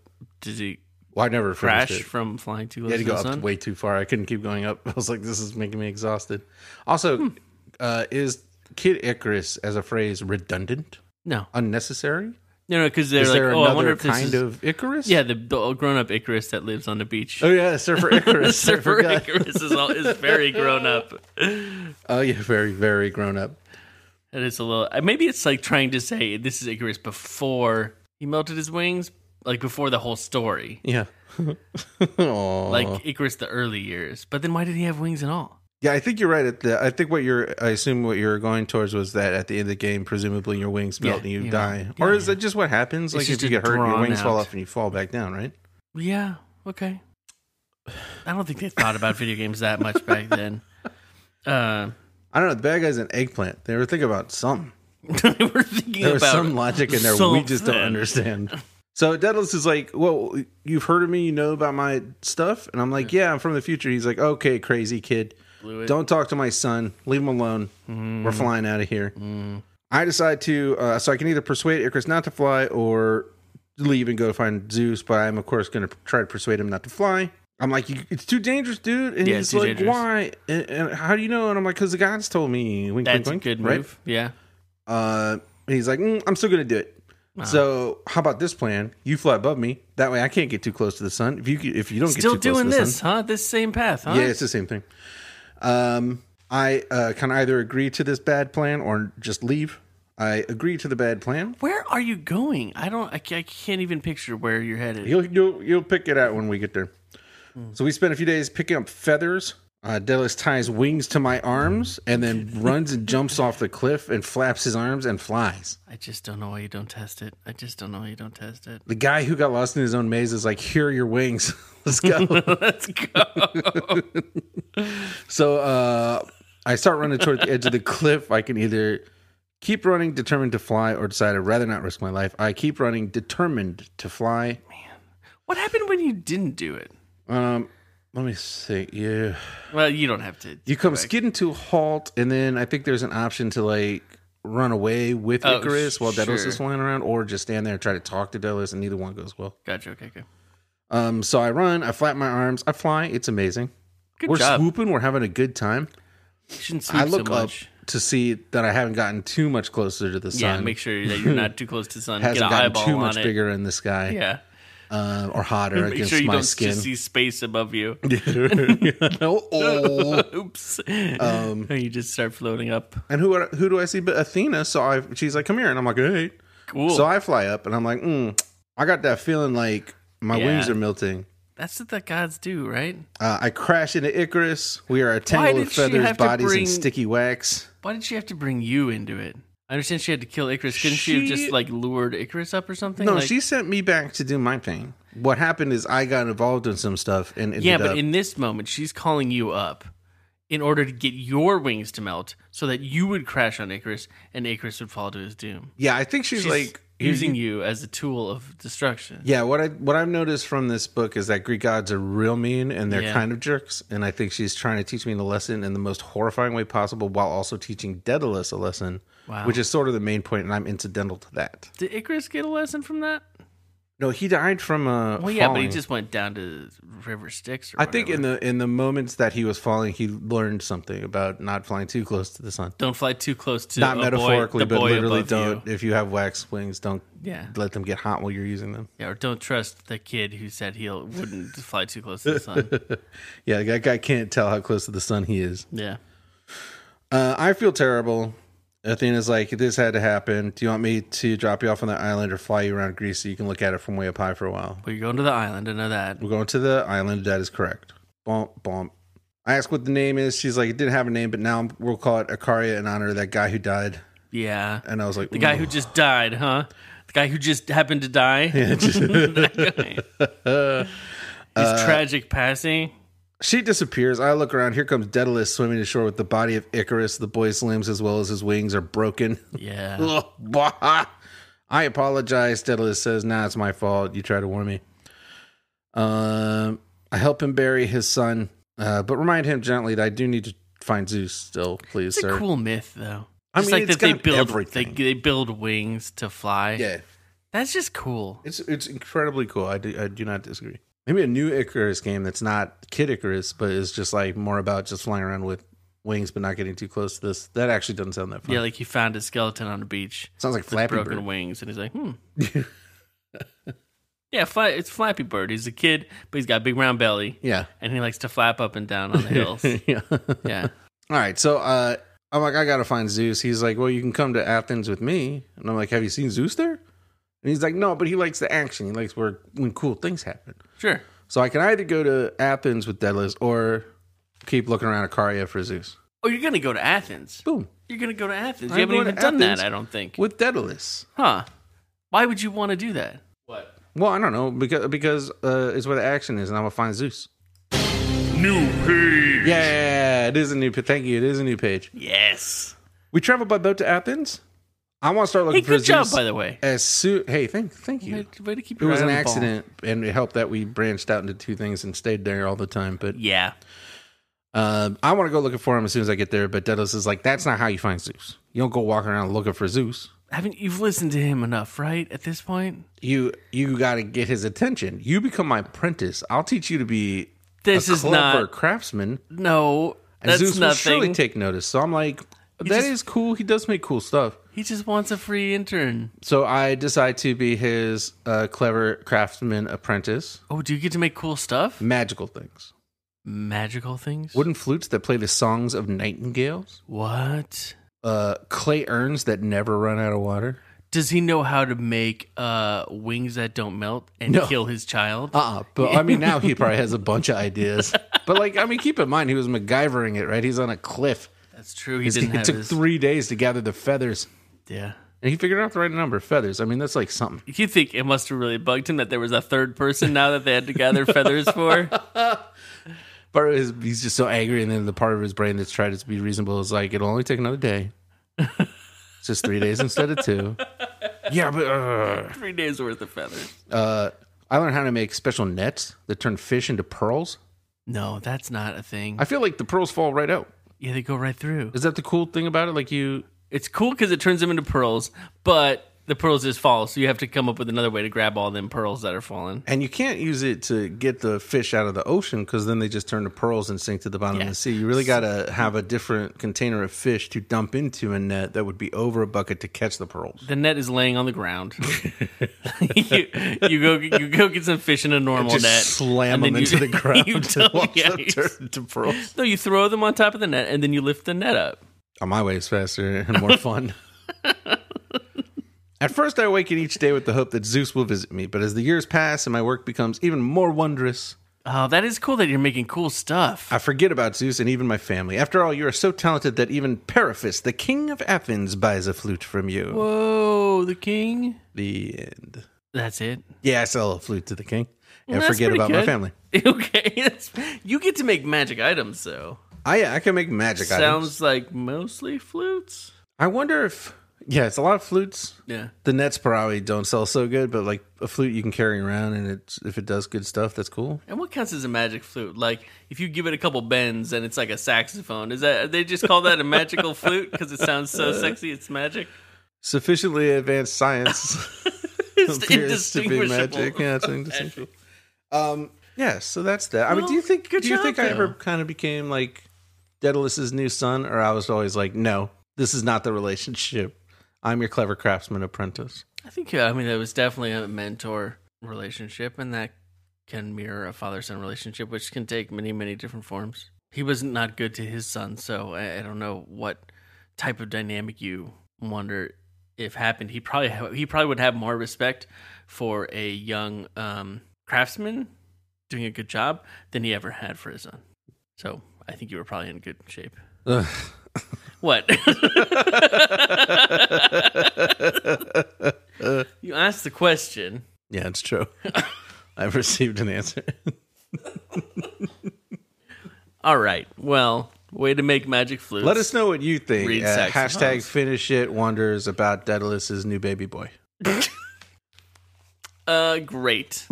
Speaker 3: did you
Speaker 2: Well, I never finished
Speaker 3: crash
Speaker 2: it.
Speaker 3: from flying too
Speaker 2: I
Speaker 3: close
Speaker 2: had
Speaker 3: to
Speaker 2: to go
Speaker 3: the
Speaker 2: up
Speaker 3: sun?
Speaker 2: way too far. I couldn't keep going up. [laughs] I was like, this is making me exhausted. Also,
Speaker 3: Hmm.
Speaker 2: uh, is Kid Icarus as a phrase redundant,
Speaker 3: No,
Speaker 2: unnecessary?
Speaker 3: no, no, because they're
Speaker 2: Is
Speaker 3: like,
Speaker 2: there
Speaker 3: oh, I
Speaker 2: another
Speaker 3: wonder if this
Speaker 2: kind
Speaker 3: is-
Speaker 2: of Icarus?
Speaker 3: Yeah, the, the grown-up Icarus that lives on the beach.
Speaker 2: Oh yeah, Surfer
Speaker 3: [laughs] the
Speaker 2: Icarus.
Speaker 3: surfer
Speaker 2: I forgot.
Speaker 3: Icarus is, all, is very grown up.
Speaker 2: Oh yeah, very very grown up.
Speaker 3: It is a little. uh, Maybe it's like trying to say this is Icarus before he melted his wings, like before the whole story,
Speaker 2: Yeah. [laughs]
Speaker 3: like
Speaker 2: like
Speaker 3: Icarus the early years. But then why did he have wings at all?
Speaker 2: yeah, I think you're right. At the, I think what you're, I assume what you're going towards was that at the end of the game, presumably your wings melt
Speaker 3: Yeah,
Speaker 2: and you
Speaker 3: yeah.
Speaker 2: die,
Speaker 3: Yeah,
Speaker 2: or is
Speaker 3: yeah.
Speaker 2: that just what happens? Like
Speaker 3: just
Speaker 2: if you
Speaker 3: a
Speaker 2: get hurt, your
Speaker 3: drawn
Speaker 2: wings fall
Speaker 3: out.
Speaker 2: off and you fall back down, right?
Speaker 3: Yeah. Okay. I don't think they thought about video games that much back then. Uh, [laughs]
Speaker 2: I don't know. The bad guy's an eggplant. They were thinking about something.
Speaker 3: they were thinking
Speaker 2: There was
Speaker 3: about
Speaker 2: some logic in there we just don't
Speaker 3: something.
Speaker 2: understand.
Speaker 3: [laughs]
Speaker 2: So Daedalus is like, "Well, you've heard of me. You know about my stuff." And I'm like, "Yeah, I'm from the future." He's like, "Okay, crazy kid,
Speaker 3: Blew it. Mm-hmm.
Speaker 2: don't talk to my son. Leave him alone. We're flying out of here." I decide to, uh, so I can either persuade Icarus not to fly or leave and go find Zeus. But I'm of course going to try to persuade him not to fly. I'm like, "You- "It's too dangerous, dude." And
Speaker 3: Yeah, it's
Speaker 2: he's
Speaker 3: too
Speaker 2: like,
Speaker 3: dangerous.
Speaker 2: "Why? And, and how do you know?" And I'm like, "Cause the gods told me." Wink,
Speaker 3: That's a
Speaker 2: wink, wink,
Speaker 3: good
Speaker 2: right?
Speaker 3: move. Yeah.
Speaker 2: Uh, and he's like, "Mm, I'm still going to do it. So how about this plan? You fly above me. That way I can't get too close to the sun. If you if you don't
Speaker 3: Still
Speaker 2: get too
Speaker 3: doing
Speaker 2: close to the
Speaker 3: this,
Speaker 2: sun,
Speaker 3: huh? This same path, huh?
Speaker 2: yeah, it's the same thing. Um, I uh, can either agree to this bad plan or just leave. I agree to the bad plan.
Speaker 3: Where are you going? I don't. I ca- I can't even picture where you're headed.
Speaker 2: You'll you'll, you'll pick it out when we get there.
Speaker 3: Hmm.
Speaker 2: So we spent a few days picking up feathers. Uh, Daedalus ties wings to my arms and then runs and jumps off the cliff and flaps his arms and flies.
Speaker 3: I just don't know why you don't test it. I just don't know why you don't test it. [laughs]
Speaker 2: The guy who got lost in his own maze is like, "Here are your wings. [laughs] Let's
Speaker 3: [laughs]
Speaker 2: go." [laughs]
Speaker 3: Let's go.
Speaker 2: So uh, I start running toward the edge of the cliff. I can either keep running, determined to fly, or decide I'd rather not risk my life. I keep running, determined to fly.
Speaker 3: What happened when you didn't do it?
Speaker 2: Um, let me see. Yeah,
Speaker 3: Well, you don't have to.
Speaker 2: you come skidding to a halt, and then I think there's an option to like run away with
Speaker 3: Oh,
Speaker 2: Icarus while Daedalus
Speaker 3: sure.
Speaker 2: is flying around, or just stand there and try to talk to Daedalus, and neither one goes well.
Speaker 3: Gotcha. Okay. Okay.
Speaker 2: Um, so I run, I flap my arms, I fly. It's amazing.
Speaker 3: Good
Speaker 2: we're
Speaker 3: job.
Speaker 2: swooping. We're having a good time.
Speaker 3: You shouldn't sleep
Speaker 2: I look
Speaker 3: so
Speaker 2: up
Speaker 3: much.
Speaker 2: to see that I haven't gotten too much closer to the sun.
Speaker 3: Yeah. Make sure that you're not too close to the sun.
Speaker 2: [laughs]
Speaker 3: Get
Speaker 2: hasn't
Speaker 3: an
Speaker 2: gotten
Speaker 3: eyeball
Speaker 2: too
Speaker 3: on
Speaker 2: much
Speaker 3: it.
Speaker 2: bigger in the sky [laughs]
Speaker 3: Yeah.
Speaker 2: uh,
Speaker 3: [laughs]
Speaker 2: or hotter
Speaker 3: Make
Speaker 2: against
Speaker 3: sure you
Speaker 2: my
Speaker 3: don't
Speaker 2: skin. [laughs]
Speaker 3: just see space above you.
Speaker 2: Oh,
Speaker 3: [laughs]
Speaker 2: oh.
Speaker 3: Oops.
Speaker 2: Um,
Speaker 3: you just start floating up.
Speaker 2: and who who do I see but Athena? So I she's like, "Come here," and I'm like, "Hey."
Speaker 3: Cool.
Speaker 2: So I fly up, and I'm like, mm, "I got that feeling like my
Speaker 3: Yeah.
Speaker 2: wings are melting."
Speaker 3: That's what the gods do, right?
Speaker 2: Uh, I crash into Icarus. We are a tangle
Speaker 3: did
Speaker 2: of
Speaker 3: she
Speaker 2: feathers,
Speaker 3: have to
Speaker 2: bodies,
Speaker 3: bring-
Speaker 2: and sticky wax.
Speaker 3: Why did she have to bring you into it? I understand she had to kill Icarus. Couldn't she, have
Speaker 2: She-
Speaker 3: just like lured Icarus up or something?
Speaker 2: No,
Speaker 3: Like-
Speaker 2: she sent me back to do my thing. What happened is I got involved in some stuff, and ended
Speaker 3: Yeah, but
Speaker 2: up-
Speaker 3: in this moment, she's calling you up in order to get your wings to melt so that you would crash on Icarus and Icarus would fall to his doom.
Speaker 2: yeah, I think she's,
Speaker 3: She's
Speaker 2: like
Speaker 3: using you as a tool of destruction.
Speaker 2: Yeah, what I what I've noticed from this book is that Greek gods are real mean and they're
Speaker 3: Yeah.
Speaker 2: kind of jerks, and I think she's trying to teach me the lesson in the most horrifying way possible, while also teaching Daedalus a lesson,
Speaker 3: Wow.
Speaker 2: which is sort of the main point, and I'm incidental to that.
Speaker 3: Did Icarus get a lesson from that?
Speaker 2: No, he died from a.
Speaker 3: Well, yeah, but he just went down to the River Styx. Or
Speaker 2: I think in the in the moments that he was falling, he learned something about not flying too close to the sun.
Speaker 3: don't fly too close to
Speaker 2: Not
Speaker 3: a boy-
Speaker 2: metaphorically,
Speaker 3: the
Speaker 2: but
Speaker 3: boy
Speaker 2: literally,
Speaker 3: above you.
Speaker 2: don't. If you have wax wings, don't
Speaker 3: Yeah.
Speaker 2: let them get hot while you're using them.
Speaker 3: yeah, or don't trust the kid who said he wouldn't fly too close to the sun.
Speaker 2: [laughs] Yeah, that guy can't tell how close to the sun he is.
Speaker 3: Yeah,
Speaker 2: Uh, I feel terrible. Athena's like, this had to happen. Do you want me to drop you off on the island or fly you around Greece so you can look at it from way up high for a while?
Speaker 3: well, you're going to the island. I know that.
Speaker 2: We're going to the island. That is correct. Bump, bump. I asked what the name is. She's like, it didn't have a name, but now we'll call it Akaria in honor of that guy who died.
Speaker 3: Yeah.
Speaker 2: And I was like,
Speaker 3: the guy who just died, huh? The guy who just happened to die.
Speaker 2: [laughs]
Speaker 3: [laughs] that guy. His
Speaker 2: Uh,
Speaker 3: tragic passing.
Speaker 2: She disappears. I look around. Here comes Daedalus swimming to shore with the body of Icarus. The boy's limbs, as well as his wings, are broken. [laughs]
Speaker 3: Yeah.
Speaker 2: Ugh, bah. I apologize. Daedalus says, "Nah, it's my fault. You tried to warn me." Um, I help him bury his son, uh, but remind him gently that I do need to find Zeus still, please,
Speaker 3: It's a
Speaker 2: sir.
Speaker 3: cool myth, though.
Speaker 2: I
Speaker 3: Just
Speaker 2: mean,
Speaker 3: like
Speaker 2: it's
Speaker 3: that they
Speaker 2: got
Speaker 3: build
Speaker 2: everything.
Speaker 3: They, they build wings to fly.
Speaker 2: yeah,
Speaker 3: That's just cool.
Speaker 2: it's it's incredibly cool. I do I do not disagree. Maybe a new Icarus game that's not Kid Icarus, but is just like more about just flying around with wings, but not getting too close to this. That actually doesn't sound that fun.
Speaker 3: Yeah, like he found a skeleton on a beach.
Speaker 2: Sounds like
Speaker 3: with
Speaker 2: Flappy
Speaker 3: broken
Speaker 2: Bird.
Speaker 3: wings, and he's like,
Speaker 2: [laughs]
Speaker 3: hmm. yeah, fly, it's Flappy Bird. He's a kid, but he's got a big round belly,
Speaker 2: yeah.
Speaker 3: and he likes to flap up and down on the hills.
Speaker 2: [laughs] yeah.
Speaker 3: yeah.
Speaker 2: All right, so uh, I'm like, I gotta find Zeus. He's like, well, you can come to Athens with me, and I'm like, have you seen Zeus there? And he's like, no, but he likes the action. He likes where when cool things happen.
Speaker 3: Sure.
Speaker 2: So I can either go to Athens with Daedalus or keep looking around Akaria for Zeus.
Speaker 3: Oh, you're going to go to Athens.
Speaker 2: Boom,
Speaker 3: You're going to go to Athens. You
Speaker 2: I'm
Speaker 3: haven't
Speaker 2: going
Speaker 3: even
Speaker 2: to
Speaker 3: done
Speaker 2: Athens
Speaker 3: that, I don't think.
Speaker 2: with Daedalus.
Speaker 3: Huh. Why would you want to do that? What?
Speaker 2: Well, I don't know because because uh, it's where the action is, and I'm gonna find Zeus.
Speaker 1: New page.
Speaker 2: Yeah, it is a new. pa- Thank you. It is a new page.
Speaker 3: Yes.
Speaker 2: We travel by boat to Athens. I want to start
Speaker 3: Hey,
Speaker 2: looking for
Speaker 3: good job,
Speaker 2: Zeus
Speaker 3: by the way.
Speaker 2: as soon. Hey, thank thank you.
Speaker 3: Way, way to keep
Speaker 2: It
Speaker 3: your
Speaker 2: was
Speaker 3: eye
Speaker 2: an
Speaker 3: on the ball.
Speaker 2: accident, and it helped that we branched out into two things and stayed there all the time. But
Speaker 3: Yeah.
Speaker 2: um, I want to go looking for him as soon as I get there. But Daedalus is like, "That's not how you find Zeus. You don't go walking around looking for Zeus.
Speaker 3: Haven't you've listened to him enough, right? At this point,
Speaker 2: You you got to get his attention. You become my apprentice. I'll teach you to be
Speaker 3: this
Speaker 2: a
Speaker 3: is
Speaker 2: clever
Speaker 3: not.
Speaker 2: craftsman."
Speaker 3: No,
Speaker 2: And
Speaker 3: that's
Speaker 2: Zeus will
Speaker 3: nothing.
Speaker 2: surely take notice. So I'm like, that is
Speaker 3: just-
Speaker 2: cool. He does make cool stuff."
Speaker 3: he just wants a free intern.
Speaker 2: So I decide to be his uh, clever craftsman apprentice.
Speaker 3: Oh, do you get to make cool stuff?
Speaker 2: Magical things,
Speaker 3: Magical things?
Speaker 2: wooden flutes that play the songs of nightingales.
Speaker 3: What?
Speaker 2: uh, clay urns that never run out of water.
Speaker 3: Does he know how to make uh, wings that don't melt and
Speaker 2: No.
Speaker 3: kill his child?
Speaker 2: Uh-uh. But I mean, now he probably has a bunch of ideas. [laughs] But like, I mean, keep in mind he was MacGyvering it, right? He's on a cliff.
Speaker 3: That's true. He
Speaker 2: He's-
Speaker 3: didn't
Speaker 2: it
Speaker 3: have
Speaker 2: took
Speaker 3: his.
Speaker 2: three days to gather the feathers,
Speaker 3: yeah.
Speaker 2: and he figured out the right number of feathers. I mean, that's like something.
Speaker 3: You think it must have really bugged him that there was a third person now that they had to gather feathers for?
Speaker 2: Part of his, he's just so angry, and then the part of his brain that's tried to be reasonable is like, it'll only take another [laughs] day. It's just three days instead of two. Yeah, but uh.
Speaker 3: [laughs] Three days worth of feathers.
Speaker 2: I learned how to make special nets that turn fish into pearls.
Speaker 3: No, that's not a thing.
Speaker 2: I feel like the pearls fall right out.
Speaker 3: Yeah, they go right through.
Speaker 2: Is that the cool thing about it? Like you,
Speaker 3: It's cool because it turns them into pearls, but the pearls just fall, so you have to come up with another way to grab all them pearls that are falling.
Speaker 2: And you can't use it to get the fish out of the ocean because then they just turn to pearls and sink to the bottom of
Speaker 3: Yeah.
Speaker 2: the sea. You really got to have a different container of fish to dump into a net that would be over a bucket to catch the pearls.
Speaker 3: The net is laying on the [laughs] ground. you, you go you go get some fish in a normal
Speaker 2: Just
Speaker 3: net.
Speaker 2: slam
Speaker 3: and
Speaker 2: them
Speaker 3: then
Speaker 2: into
Speaker 3: you-
Speaker 2: the [laughs]
Speaker 3: [laughs]
Speaker 2: ground
Speaker 3: you
Speaker 2: and
Speaker 3: don't-
Speaker 2: watch
Speaker 3: yeah,
Speaker 2: them
Speaker 3: you-
Speaker 2: turn to pearls.
Speaker 3: No, you throw them on top of the net and then you lift the net up.
Speaker 2: Oh, [laughs] my way is faster and more [laughs] fun. At first, I awaken each day with the hope that Zeus will visit me, but as the years pass and my work becomes even more wondrous,
Speaker 3: Oh, that is cool that you're making cool stuff.
Speaker 2: I forget about Zeus and even my family. After all, you are so talented that even Periphas, the king of Athens, buys a flute from you.
Speaker 3: Whoa, the king.
Speaker 2: The end.
Speaker 3: That's it.
Speaker 2: Yeah, I sell a flute to the king. And
Speaker 3: Well, that's
Speaker 2: forget
Speaker 3: pretty
Speaker 2: about my
Speaker 3: good.
Speaker 2: family.
Speaker 3: [laughs] Okay, that's, you get to make magic items though.
Speaker 2: I yeah, I can make magic items.
Speaker 3: Sounds like mostly flutes.
Speaker 2: I wonder if yeah, it's a lot of flutes.
Speaker 3: Yeah.
Speaker 2: The nets probably don't sell so good, but like a flute you can carry around and it's if it does good stuff, that's cool.
Speaker 3: And what counts as a magic flute? Like, if you give it a couple bends and it's like a saxophone, is that they just call that a magical flute because it
Speaker 2: [laughs]
Speaker 3: sounds so
Speaker 2: Uh,
Speaker 3: sexy? It's magic. [laughs]
Speaker 2: Sufficiently advanced science [laughs]
Speaker 3: It's
Speaker 2: appears to be
Speaker 3: indistinguishable.
Speaker 2: magic. Yeah, it's
Speaker 3: [laughs]
Speaker 2: indistinguishable. Um yeah, so that's that. I mean, do you
Speaker 3: Well,
Speaker 2: think
Speaker 3: good
Speaker 2: do you
Speaker 3: job,
Speaker 2: think I
Speaker 3: though.
Speaker 2: ever kind of became like Daedalus's new son or I was always like, "No, this is not the relationship. I'm your clever craftsman apprentice."
Speaker 3: I think. Yeah, I mean, it was definitely a mentor relationship, and that can mirror a father-son relationship, which can take many, many different forms. He was not good to his son, so I, I don't know what type of dynamic you wonder if happened. He probably ha- he probably would have more respect for a young um, craftsman doing a good job than he ever had for his son. So I I think you were probably in good shape. what? [laughs] you asked the question.
Speaker 2: Yeah, it's true. [laughs] I've received an
Speaker 3: [laughs]
Speaker 2: answer.
Speaker 3: All right. Well, way to make magic flutes.
Speaker 2: Let us know what you think.
Speaker 3: Read
Speaker 2: at
Speaker 3: Saxon
Speaker 2: hashtag
Speaker 3: House.
Speaker 2: finish it wonders about Daedalus's new baby boy.
Speaker 3: Uh, great.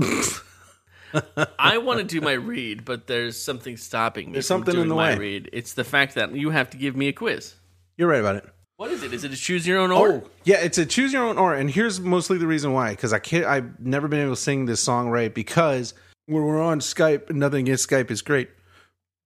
Speaker 3: I want to do my read, but there's something stopping me.
Speaker 2: There's
Speaker 3: from
Speaker 2: something
Speaker 3: doing
Speaker 2: in the
Speaker 3: my
Speaker 2: way.
Speaker 3: Read. It's the fact that you have to give me a quiz.
Speaker 2: You're right about it.
Speaker 3: What is it? Is it a choose your own order?
Speaker 2: Oh, yeah, it's a choose your own art, and here's mostly the reason why. Because I can't, I've never been able to sing this song right because when we're on Skype, nothing against Skype is great,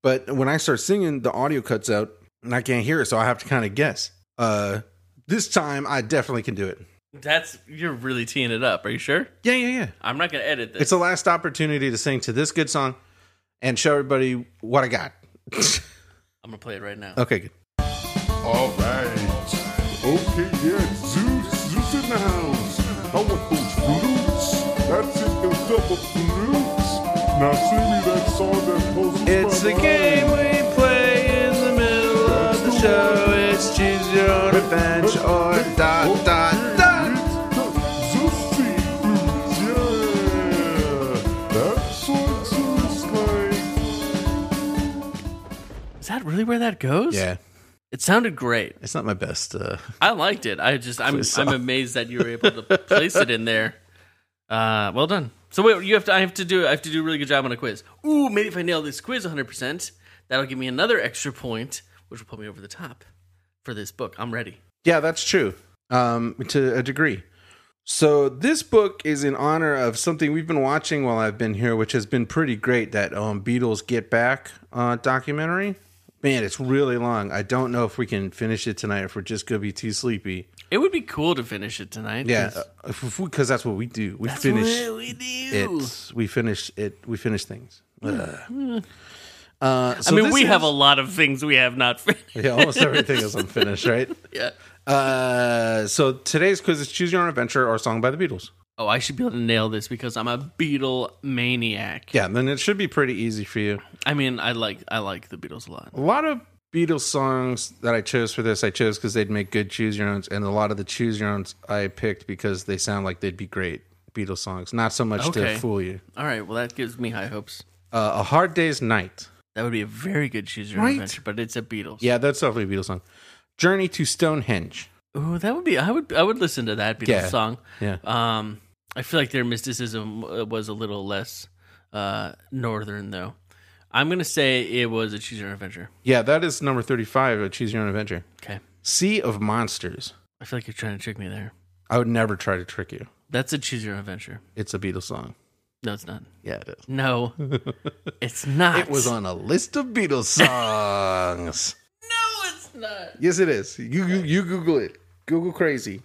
Speaker 2: but when I start singing, the audio cuts out and I can't hear it, so I have to kind of guess. Uh, this time I definitely can do it.
Speaker 3: That's you're really teeing it up. Are you sure?
Speaker 2: Yeah, yeah, yeah.
Speaker 3: I'm not gonna edit this.
Speaker 2: It's the last opportunity to sing to this good song and show everybody what I got. [laughs]
Speaker 3: I'm gonna play it right now.
Speaker 2: okay, good.
Speaker 1: Alright. Okay, yeah, Zeus, Zeus in the house. I want those flutes. That's it, the cup of flutes. Now sing me that song that closes
Speaker 2: It's
Speaker 1: my
Speaker 2: the
Speaker 1: mind.
Speaker 2: game we play in the middle of the show. It's choose your own revenge or dot dot dot.
Speaker 3: Is that really where that goes?
Speaker 2: Yeah,
Speaker 3: It sounded great.
Speaker 2: it's not my best. Uh,
Speaker 3: I liked it. I just I'm
Speaker 2: Please,
Speaker 3: I'm
Speaker 2: uh.
Speaker 3: amazed that you were able to place it in there. Uh, well done. So wait, you have to I have to do I have to do a really good job on a quiz. Ooh, maybe if I nail this quiz 100, percent that'll give me another extra point, which will put me over the top for this book. I'm ready.
Speaker 2: yeah, that's true. Um, to a degree. So this book is in honor of something we've been watching while I've been here, which has been pretty great. That um, Beatles Get Back uh, documentary. Man, it's really long. I don't know if we can finish it tonight. If we're just gonna be too sleepy.
Speaker 3: It would be cool to finish it tonight.
Speaker 2: Yeah,
Speaker 3: 'cause
Speaker 2: because that's what we do. We
Speaker 3: that's
Speaker 2: finish.
Speaker 3: what we do.
Speaker 2: it's we finish it we finish things Ugh. uh, so
Speaker 3: I mean,
Speaker 2: this
Speaker 3: we
Speaker 2: is-
Speaker 3: have a lot of things we have not [laughs] finished.
Speaker 2: [laughs] yeah almost everything is unfinished right
Speaker 3: Yeah.
Speaker 2: uh, so today's quiz is choose your own adventure or song by the beatles
Speaker 3: Oh, I should be able to nail this because I'm a Beatle maniac.
Speaker 2: yeah then it should be pretty easy for you
Speaker 3: I mean, I like I like the Beatles a lot.
Speaker 2: a lot of beatles songs that i chose for this i chose because they'd make good choose your owns and a lot of the choose your owns i picked because they sound like they'd be great beatles songs not so much
Speaker 3: Okay.
Speaker 2: to fool you
Speaker 3: All right, well that gives me high hopes.
Speaker 2: uh, a hard day's night
Speaker 3: That would be a very good choose your own
Speaker 2: Right?
Speaker 3: adventure, but it's a Beatles.
Speaker 2: yeah that's definitely a beatles song journey to stonehenge
Speaker 3: Ooh, that would be. I would. I would listen to that Beatles
Speaker 2: Yeah.
Speaker 3: song.
Speaker 2: yeah
Speaker 3: Um, I feel like their mysticism uh, was a little less uh northern though. I'm gonna say it was a choose your own adventure.
Speaker 2: yeah that is number 35 of choose your own adventure
Speaker 3: Okay,
Speaker 2: Sea of Monsters.
Speaker 3: I feel like you're trying to trick me there.
Speaker 2: I would never try to trick you.
Speaker 3: That's a choose your own adventure.
Speaker 2: It's a Beatles song.
Speaker 3: No, it's not.
Speaker 2: Yeah, it is. [laughs]
Speaker 3: No, it's not.
Speaker 2: It was on a list of Beatles songs.
Speaker 3: [laughs] No, it's not.
Speaker 2: yes, it is. You, you you Google it. Google crazy.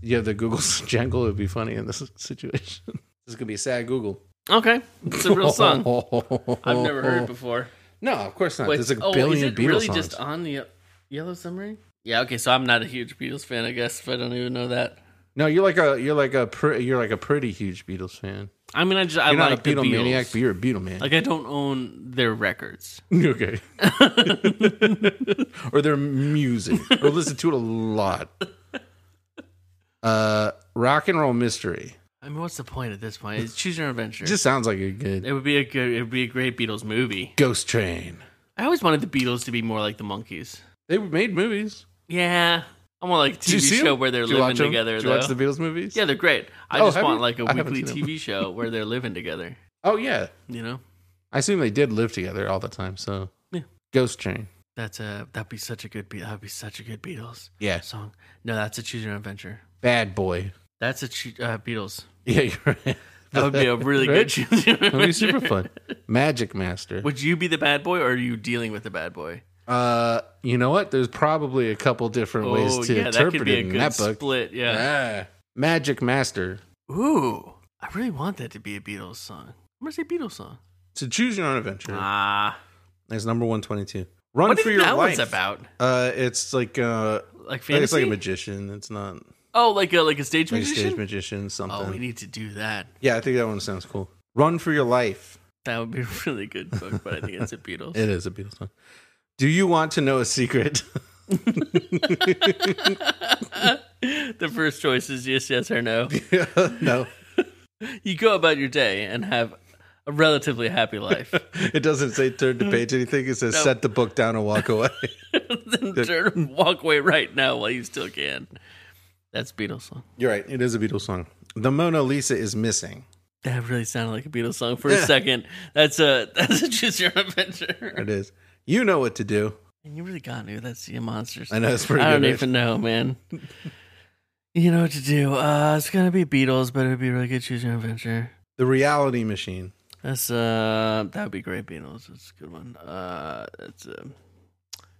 Speaker 2: Yeah, the Google [laughs] jangle would be funny in this situation. [laughs] This is gonna be a sad Google.
Speaker 3: Okay, it's a
Speaker 2: [laughs]
Speaker 3: real song. I've never heard before.
Speaker 2: No, of course not.
Speaker 3: Wait,
Speaker 2: There's a
Speaker 3: oh,
Speaker 2: billion
Speaker 3: is it
Speaker 2: Beatles
Speaker 3: really
Speaker 2: songs.
Speaker 3: just on the Ye- Yellow Submarine? Yeah. Okay, so I'm not a huge Beatles fan, I guess. If I don't even know that.
Speaker 2: no, you're like a you're like a pre, you're like a pretty huge Beatles fan.
Speaker 3: I mean, I just I
Speaker 2: You're not
Speaker 3: like
Speaker 2: a
Speaker 3: the
Speaker 2: Beatle
Speaker 3: Beatles.
Speaker 2: maniac, but you're a Beatle man.
Speaker 3: Like I don't own their records. [laughs]
Speaker 2: Okay. or their music. Or listen to it a lot. Uh rock and roll mystery.
Speaker 3: I mean, what's the point at this point? It's choose your own adventure.
Speaker 2: It just sounds like a good
Speaker 3: it would be a good, it would be a great Beatles movie.
Speaker 2: ghost train.
Speaker 3: I always wanted the Beatles to be more like the Monkeys.
Speaker 2: They made movies.
Speaker 3: Yeah, I want like a
Speaker 2: Did you
Speaker 3: TV
Speaker 2: see
Speaker 3: show
Speaker 2: 'em?
Speaker 3: where they're
Speaker 2: Did you
Speaker 3: living
Speaker 2: watch 'em?
Speaker 3: together.
Speaker 2: Did you
Speaker 3: though.
Speaker 2: watch the Beatles movies?
Speaker 3: yeah, they're great. I
Speaker 2: Oh,
Speaker 3: just
Speaker 2: have
Speaker 3: want
Speaker 2: you?
Speaker 3: like a
Speaker 2: I haven't
Speaker 3: weekly
Speaker 2: seen 'em.
Speaker 3: TV show where they're living together.
Speaker 2: Oh yeah.
Speaker 3: You know,
Speaker 2: I assume they did live together all the time, so
Speaker 3: Yeah.
Speaker 2: Ghost Train.
Speaker 3: that's a that'd be such a good Be- that'd be such a good Beatles
Speaker 2: Yeah.
Speaker 3: song. No, that's a choose your own adventure.
Speaker 2: Bad boy. [laughs]
Speaker 3: That's a choo- uh, Beatles.
Speaker 2: Yeah, you're right.
Speaker 3: That would be a really
Speaker 2: [laughs] Right?
Speaker 3: good choose your own
Speaker 2: That'd be
Speaker 3: adventure.
Speaker 2: super fun. Magic Master.
Speaker 3: [laughs] Would you be the bad boy, or are you dealing with the bad boy?
Speaker 2: Uh you know what? There's probably a couple different
Speaker 3: Oh,
Speaker 2: ways to interpret it in that book.
Speaker 3: split. Yeah.
Speaker 2: Ah, Magic Master.
Speaker 3: Ooh, I really want that to be a Beatles song. I'm gonna say Beatles song.
Speaker 2: To choose your own adventure.
Speaker 3: Ah,
Speaker 2: That's number one twenty two. Run
Speaker 3: what
Speaker 2: for
Speaker 3: is
Speaker 2: your
Speaker 3: that
Speaker 2: life.
Speaker 3: one's about?
Speaker 2: Uh, it's like uh,
Speaker 3: Like
Speaker 2: it's
Speaker 3: fantasy?
Speaker 2: like a magician. It's not
Speaker 3: oh, like a like a stage
Speaker 2: like a
Speaker 3: magician.
Speaker 2: stage magician
Speaker 3: oh, we
Speaker 2: something.
Speaker 3: need to do that.
Speaker 2: yeah, I think that one sounds cool. Run for your life.
Speaker 3: That would be a really good book, but I
Speaker 2: [laughs]
Speaker 3: think it's a Beatles.
Speaker 2: It is a Beatles song. Do you want to know a secret? [laughs]
Speaker 3: the first choice is yes, yes, or no.
Speaker 2: no,
Speaker 3: You go about your day and have a
Speaker 2: [laughs]
Speaker 3: relatively happy life. [laughs]
Speaker 2: it doesn't say turn the page anything. It says
Speaker 3: No.
Speaker 2: set the book down and walk away. [laughs]
Speaker 3: then turn and walk away right now while you still can. That's Beatles song.
Speaker 2: You're right. It is a Beatles song. The Mona Lisa is missing.
Speaker 3: That really sounded like a Beatles song for a
Speaker 2: Yeah.
Speaker 3: second. That's a [laughs] that's a choose your
Speaker 2: [laughs]
Speaker 3: own adventure.
Speaker 2: It is. You know what to do.
Speaker 3: And you really got me. That's the monsters.
Speaker 2: I know it's pretty
Speaker 3: I
Speaker 2: good.
Speaker 3: don't
Speaker 2: right?
Speaker 3: even know, man. you know what to do. Uh, it's gonna be Beatles, but it'd be really good choose your own adventure.
Speaker 2: The Reality Machine.
Speaker 3: That's uh, that would be great. Beatles. That's a good one. Uh, that's um,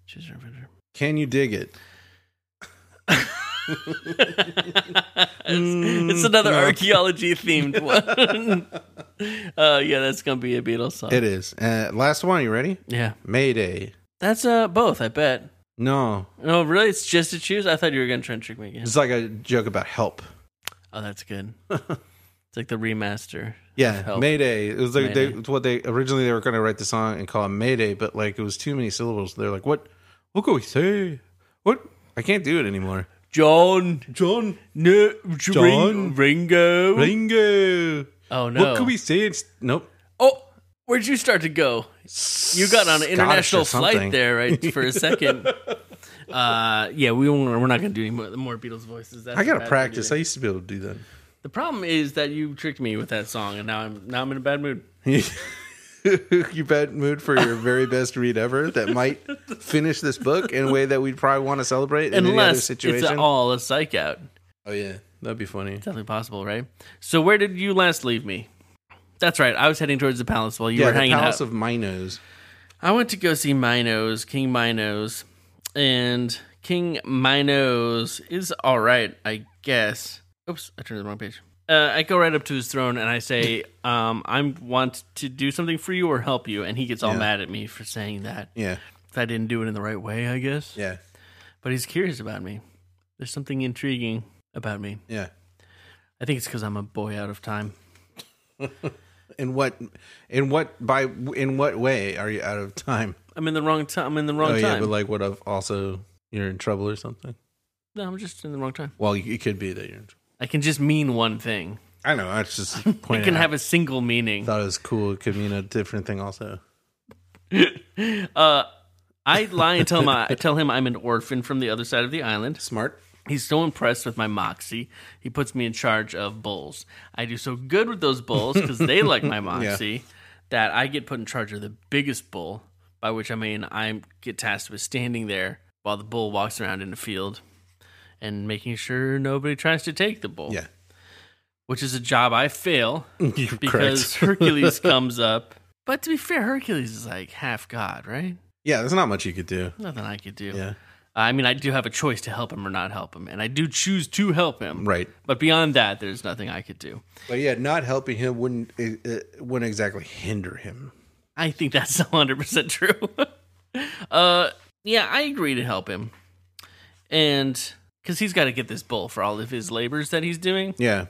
Speaker 3: choose your own adventure.
Speaker 2: Can you dig it? Mm,
Speaker 3: it's, it's another
Speaker 2: [laughs]
Speaker 3: archaeology themed one. [laughs] uh, yeah, that's gonna be a Beatles song.
Speaker 2: It is. Uh, last one. You ready?
Speaker 3: yeah,
Speaker 2: Mayday.
Speaker 3: that's uh both. I bet.
Speaker 2: No,
Speaker 3: No, really, it's just to choose. I thought you were gonna try and trick
Speaker 2: [laughs]
Speaker 3: me again.
Speaker 2: it's like a joke about help.
Speaker 3: Oh, that's good. it's like the remaster.
Speaker 2: Yeah,
Speaker 3: Help.
Speaker 2: Mayday. It was like they,
Speaker 3: Mayday.
Speaker 2: it's what they originally they were going to write the song and call it Mayday, but like it was too many syllables. They're like, what? What can we say? What? I can't do it anymore.
Speaker 3: John,
Speaker 2: John
Speaker 3: no,
Speaker 2: John?
Speaker 3: Ringo.
Speaker 2: Ringo.
Speaker 3: Oh no!
Speaker 2: What can we say? It's, nope.
Speaker 3: Oh, where'd you start to go? You got on
Speaker 2: Scottish
Speaker 3: an international
Speaker 2: or something.
Speaker 3: flight
Speaker 2: [laughs]
Speaker 3: there, right? For a second. uh, yeah, we won't, we're not gonna do any more, more Beatles voices. That's
Speaker 2: I
Speaker 3: a bad
Speaker 2: gotta
Speaker 3: thing
Speaker 2: practice.
Speaker 3: do.
Speaker 2: I used to be able to do that.
Speaker 3: The problem is that you tricked me with that song, and now I'm now I'm in a bad mood.
Speaker 2: [laughs] you bad mood for your very best read ever that might finish this book in a way that we'd probably want to celebrate in any other
Speaker 3: Unless it's
Speaker 2: situation.
Speaker 3: at all a psych out,
Speaker 2: oh yeah, that'd be funny.
Speaker 3: definitely possible, right? So where did you last leave me? That's right. I was heading towards the palace while you
Speaker 2: yeah,
Speaker 3: were
Speaker 2: the
Speaker 3: hanging out.
Speaker 2: Palace of Minos.
Speaker 3: I went to go see Minos, King Minos, and King Minos is all right, I guess. Oops, I turned to the wrong page. Uh, I go right up to his throne and
Speaker 2: [laughs]
Speaker 3: I say, um, "I want to do something for you or help you," and he gets all
Speaker 2: Yeah.
Speaker 3: mad at me for saying that.
Speaker 2: Yeah,
Speaker 3: I didn't do it in the right way, I guess.
Speaker 2: yeah,
Speaker 3: But he's curious about me. There's something intriguing about me.
Speaker 2: yeah.
Speaker 3: I think it's because I'm a boy out of time.
Speaker 2: In what, in what by in what way are you out of time?
Speaker 3: I'm in the wrong time. I'm in the wrong
Speaker 2: oh
Speaker 3: time.
Speaker 2: yeah, but like what if also you're in trouble or something?
Speaker 3: no, I'm just in the wrong time.
Speaker 2: Well, you- it could be that you're. in trouble.
Speaker 3: I can just mean one thing.
Speaker 2: I know. That's
Speaker 3: [laughs]
Speaker 2: just
Speaker 3: It
Speaker 2: point.
Speaker 3: can have a single meaning.
Speaker 2: [laughs] thought it was cool. It could mean a different thing also.
Speaker 3: [laughs] Uh, I lie and tell my I tell him I'm an orphan from the other side of the island.
Speaker 2: Smart.
Speaker 3: He's so impressed with my moxie, he puts me in charge of bulls. I do so good with those bulls because they like
Speaker 2: [laughs]
Speaker 3: my moxie that I get put in charge of the biggest bull. By which I mean I get tasked with standing there while the bull walks around in the field and making sure nobody tries to take the bull.
Speaker 2: Yeah.
Speaker 3: which is a job I fail
Speaker 2: [laughs] You're
Speaker 3: because
Speaker 2: correct.
Speaker 3: Hercules comes up. But to be fair, Hercules is like half god, right?
Speaker 2: [laughs] Yeah, there's not much you could do.
Speaker 3: Nothing I could do.
Speaker 2: Yeah.
Speaker 3: I mean, I do have a choice to help him or not help him, and I do choose to help him.
Speaker 2: Right.
Speaker 3: But beyond that, there's nothing I could do.
Speaker 2: But yeah, not helping him wouldn't uh, uh, wouldn't exactly hinder him.
Speaker 3: I think that's [laughs] 100% true. [laughs] uh, yeah, I agree to help him. And because he's got to get this bull for all of his labors that he's doing.
Speaker 2: Yeah,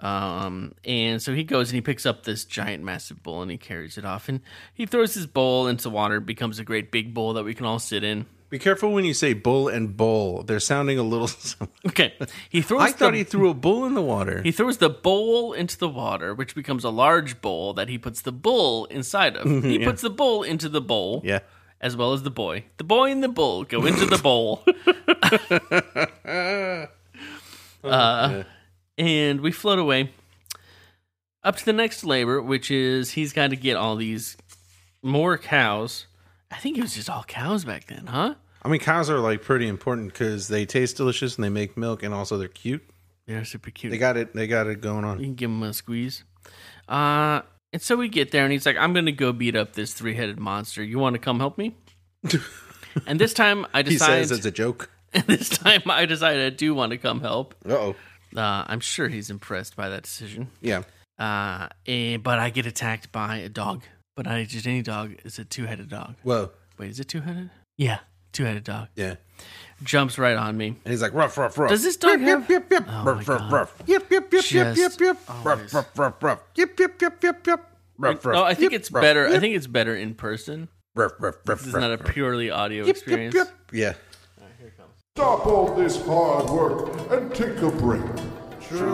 Speaker 3: Um, and so he goes and he picks up this giant, massive bowl and he carries it off and he throws his bowl into water. It becomes a great big bowl that we can all sit in. [laughs]
Speaker 2: be careful when you say bull and bowl. They're sounding a little. [laughs]
Speaker 3: Okay. He throws
Speaker 2: I thought
Speaker 3: the
Speaker 2: he threw a bull in the water.
Speaker 3: He throws the bowl into the water, which becomes a large bowl that he puts the bull inside
Speaker 2: [laughs]
Speaker 3: of. He puts the bull into the bowl,
Speaker 2: yeah,
Speaker 3: as well as the boy. The boy and the bull go into
Speaker 2: [laughs]
Speaker 3: the bowl. [laughs] Uh, And we float away up to the next labor, which is he's got to get all these more cows. I think it was just all cows back then, huh?
Speaker 2: I mean cows are like pretty important because they taste delicious and they make milk and also they're cute.
Speaker 3: They're super cute.
Speaker 2: They got it. They got it going
Speaker 3: You
Speaker 2: on.
Speaker 3: can give him a squeeze. Uh, and so we get there, and he's like, I'm going to go beat up this three headed monster. You want to come
Speaker 2: [laughs]
Speaker 3: help me? and this time I
Speaker 2: He
Speaker 3: decide.
Speaker 2: says it's a joke.
Speaker 3: [laughs] this time I decide I do want to come help.
Speaker 2: Uh oh.
Speaker 3: Uh, I'm sure he's impressed by that decision.
Speaker 2: Yeah.
Speaker 3: Uh, eh, but I get attacked by a dog. But I just any dog is a two headed dog.
Speaker 2: Whoa.
Speaker 3: Wait, is it two headed? Yeah, two headed dog
Speaker 2: Yeah.
Speaker 3: jumps right on me.
Speaker 2: And he's like ruff ruff ruff.
Speaker 3: Does this dog
Speaker 2: Yep,
Speaker 3: have?
Speaker 2: yep, yep.
Speaker 3: Oh my
Speaker 2: ruff, ruff,
Speaker 3: God.
Speaker 2: ruff. Yep, yep, yep, yep,
Speaker 3: Just
Speaker 2: yep, yep. Ruff,
Speaker 3: always.
Speaker 2: ruff, ruff, ruff. Yep, yep, yep, yep, yep.
Speaker 7: Ruff, ruff,
Speaker 3: no, Oh, I think
Speaker 7: yip,
Speaker 3: it's
Speaker 7: ruff,
Speaker 3: better. I
Speaker 7: yip,
Speaker 3: think it's better in person.
Speaker 7: ruff, ruff, ruff,
Speaker 3: This is
Speaker 7: ruff,
Speaker 3: not a
Speaker 7: ruff.
Speaker 3: purely audio
Speaker 7: Yip, yip,
Speaker 3: experience.
Speaker 7: yip. Yeah.
Speaker 1: Stop all this hard work and take a break.
Speaker 2: Hey,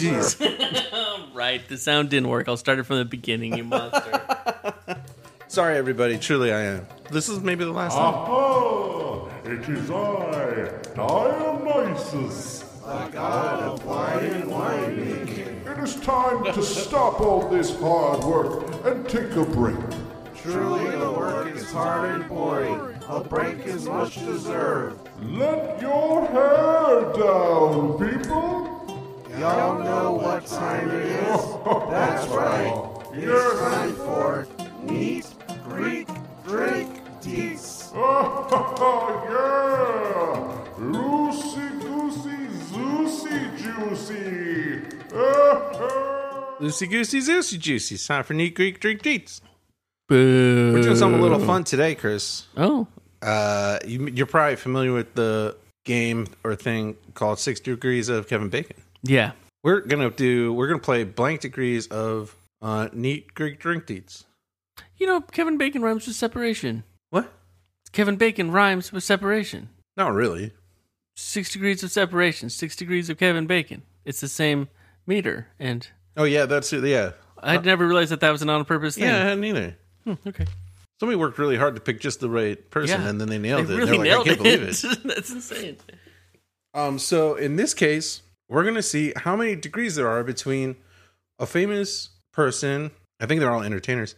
Speaker 2: jeez.
Speaker 3: Right, the sound didn't work. I'll start it from the
Speaker 2: [laughs]
Speaker 3: beginning, you monster.
Speaker 2: Sorry, everybody. Truly, I am. This is maybe the
Speaker 1: Oh.
Speaker 2: last time.
Speaker 1: Aha! It is I, Dionysus. The god of wine and winemaking. It is time to stop all this hard work and take a break. Truly, the work is hard and boring. A break is much deserved. Let your hair down, people. Y'all know what time it is. That's right. Yes. Oh, [laughs] yeah! Loosey goosey, zoosey juicy! [laughs]
Speaker 2: Loosey goosey, zoosey juicy. It's time for neat Greek drink treats.
Speaker 3: Boo.
Speaker 2: We're doing something a little fun today, Chris.
Speaker 3: Oh,
Speaker 2: Uh, you, you're probably familiar with the game or thing called Six Degrees of Kevin Bacon.
Speaker 3: yeah.
Speaker 2: We're gonna do. We're gonna play blank degrees of uh, neat Greek drink treats.
Speaker 3: You know, Kevin Bacon rhymes with separation.
Speaker 2: What?
Speaker 3: Kevin Bacon rhymes with separation.
Speaker 2: Not really.
Speaker 3: Six degrees of separation. Six degrees of Kevin Bacon. It's the same meter, and
Speaker 2: Oh yeah, that's it. Yeah,
Speaker 3: I never realized that that was an on-purpose thing.
Speaker 2: yeah, I hadn't either.
Speaker 3: Hmm, okay.
Speaker 2: Somebody worked really hard to pick just the right person,
Speaker 3: Yeah.
Speaker 2: and then they nailed
Speaker 3: They
Speaker 2: it.
Speaker 3: really
Speaker 2: They're like,
Speaker 3: nailed
Speaker 2: I can't believe it.
Speaker 3: it. [laughs] That's insane.
Speaker 2: [laughs] Um, so in this case, we're gonna see how many degrees there are between a famous person. I think they're all entertainers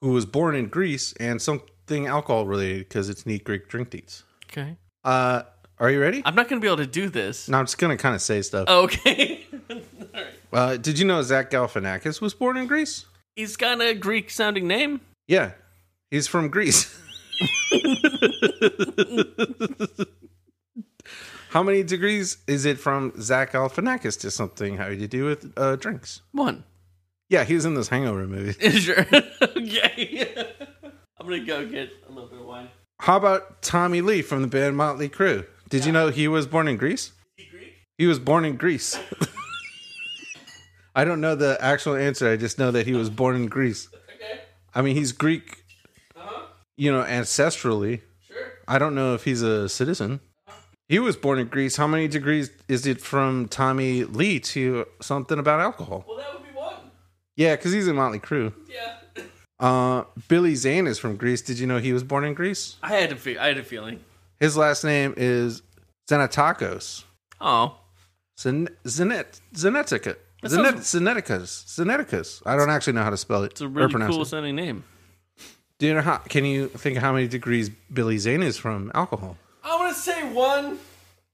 Speaker 2: who was born in Greece and something alcohol related because it's neat Greek drink deeds.
Speaker 3: Okay.
Speaker 2: Uh, are you ready?
Speaker 3: I'm not going to be able to do this.
Speaker 2: no, I'm just gonna kind of say stuff.
Speaker 3: Oh, okay. [laughs] All right.
Speaker 2: Uh, did you know Zach Galifianakis was born in Greece?
Speaker 3: He's got a Greek sounding name.
Speaker 2: Yeah, he's from Greece. How many degrees is it from Zach Galifianakis to something having to do with uh, drinks?
Speaker 3: One. [laughs]
Speaker 2: Yeah, he was in this Hangover movie.
Speaker 3: sure. okay. [laughs] I'm going to go get a little bit of wine.
Speaker 2: How about Tommy Lee from the band Motley Crue? Did you know he was born in Greece? He was born in Greece. [laughs] I don't know the actual answer. I just know that he was born in Greece. I mean, he's Greek,
Speaker 3: Uh-huh.
Speaker 2: you know, ancestrally. I don't know if he's a citizen. He was born in Greece. How many degrees is it from Tommy Lee to something about alcohol?
Speaker 3: Well, that would be one.
Speaker 2: Yeah, because he's in Motley Crue.
Speaker 3: Yeah. [laughs]
Speaker 2: Uh, Billy Zane is from Greece. Did you know he was born in Greece?
Speaker 3: I had a, fe- I had a feeling.
Speaker 2: His last name is Xenatakos.
Speaker 3: Oh.
Speaker 2: Xen- Xenet Xenetica.
Speaker 3: That
Speaker 2: Xenet-
Speaker 3: sounds-
Speaker 2: Xeneticus. Xeneticus. I don't actually know how to spell it.
Speaker 3: It's a
Speaker 2: or
Speaker 3: really
Speaker 2: pronounce
Speaker 3: cool
Speaker 2: it.
Speaker 3: sounding name.
Speaker 2: Do you know how? Can you think of how many degrees Billy Zane is from alcohol?
Speaker 3: I'm going to say one.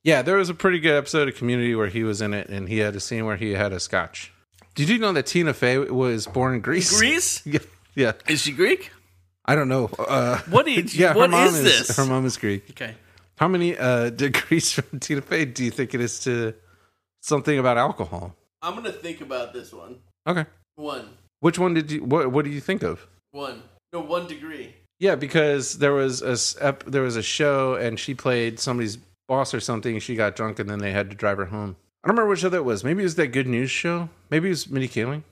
Speaker 2: Yeah, there was a pretty good episode of Community where he was in it, and he had a scene where he had a scotch. Did you know that Tina Fey was born in Greece?
Speaker 3: Greece?
Speaker 2: [laughs] Yeah, yeah.
Speaker 3: Is she Greek?
Speaker 2: I don't know. Uh,
Speaker 3: What is-
Speaker 2: [laughs] yeah, her
Speaker 3: what
Speaker 2: mom
Speaker 3: is this?
Speaker 2: Her mom is Greek.
Speaker 3: Okay.
Speaker 2: How many uh, [laughs] degrees from Tina Fey do you think it is to something about alcohol?
Speaker 3: I'm going to think about this one.
Speaker 2: Okay.
Speaker 3: One.
Speaker 2: Which one did you? What What do you think of?
Speaker 3: One. No, one degree.
Speaker 2: Yeah, because there was a s- ep- there was a show, and she played somebody's boss or something. She got drunk, and then they had to drive her home. I don't remember which show that was. Maybe it was that Good News show. Maybe it was Mindy Kaling.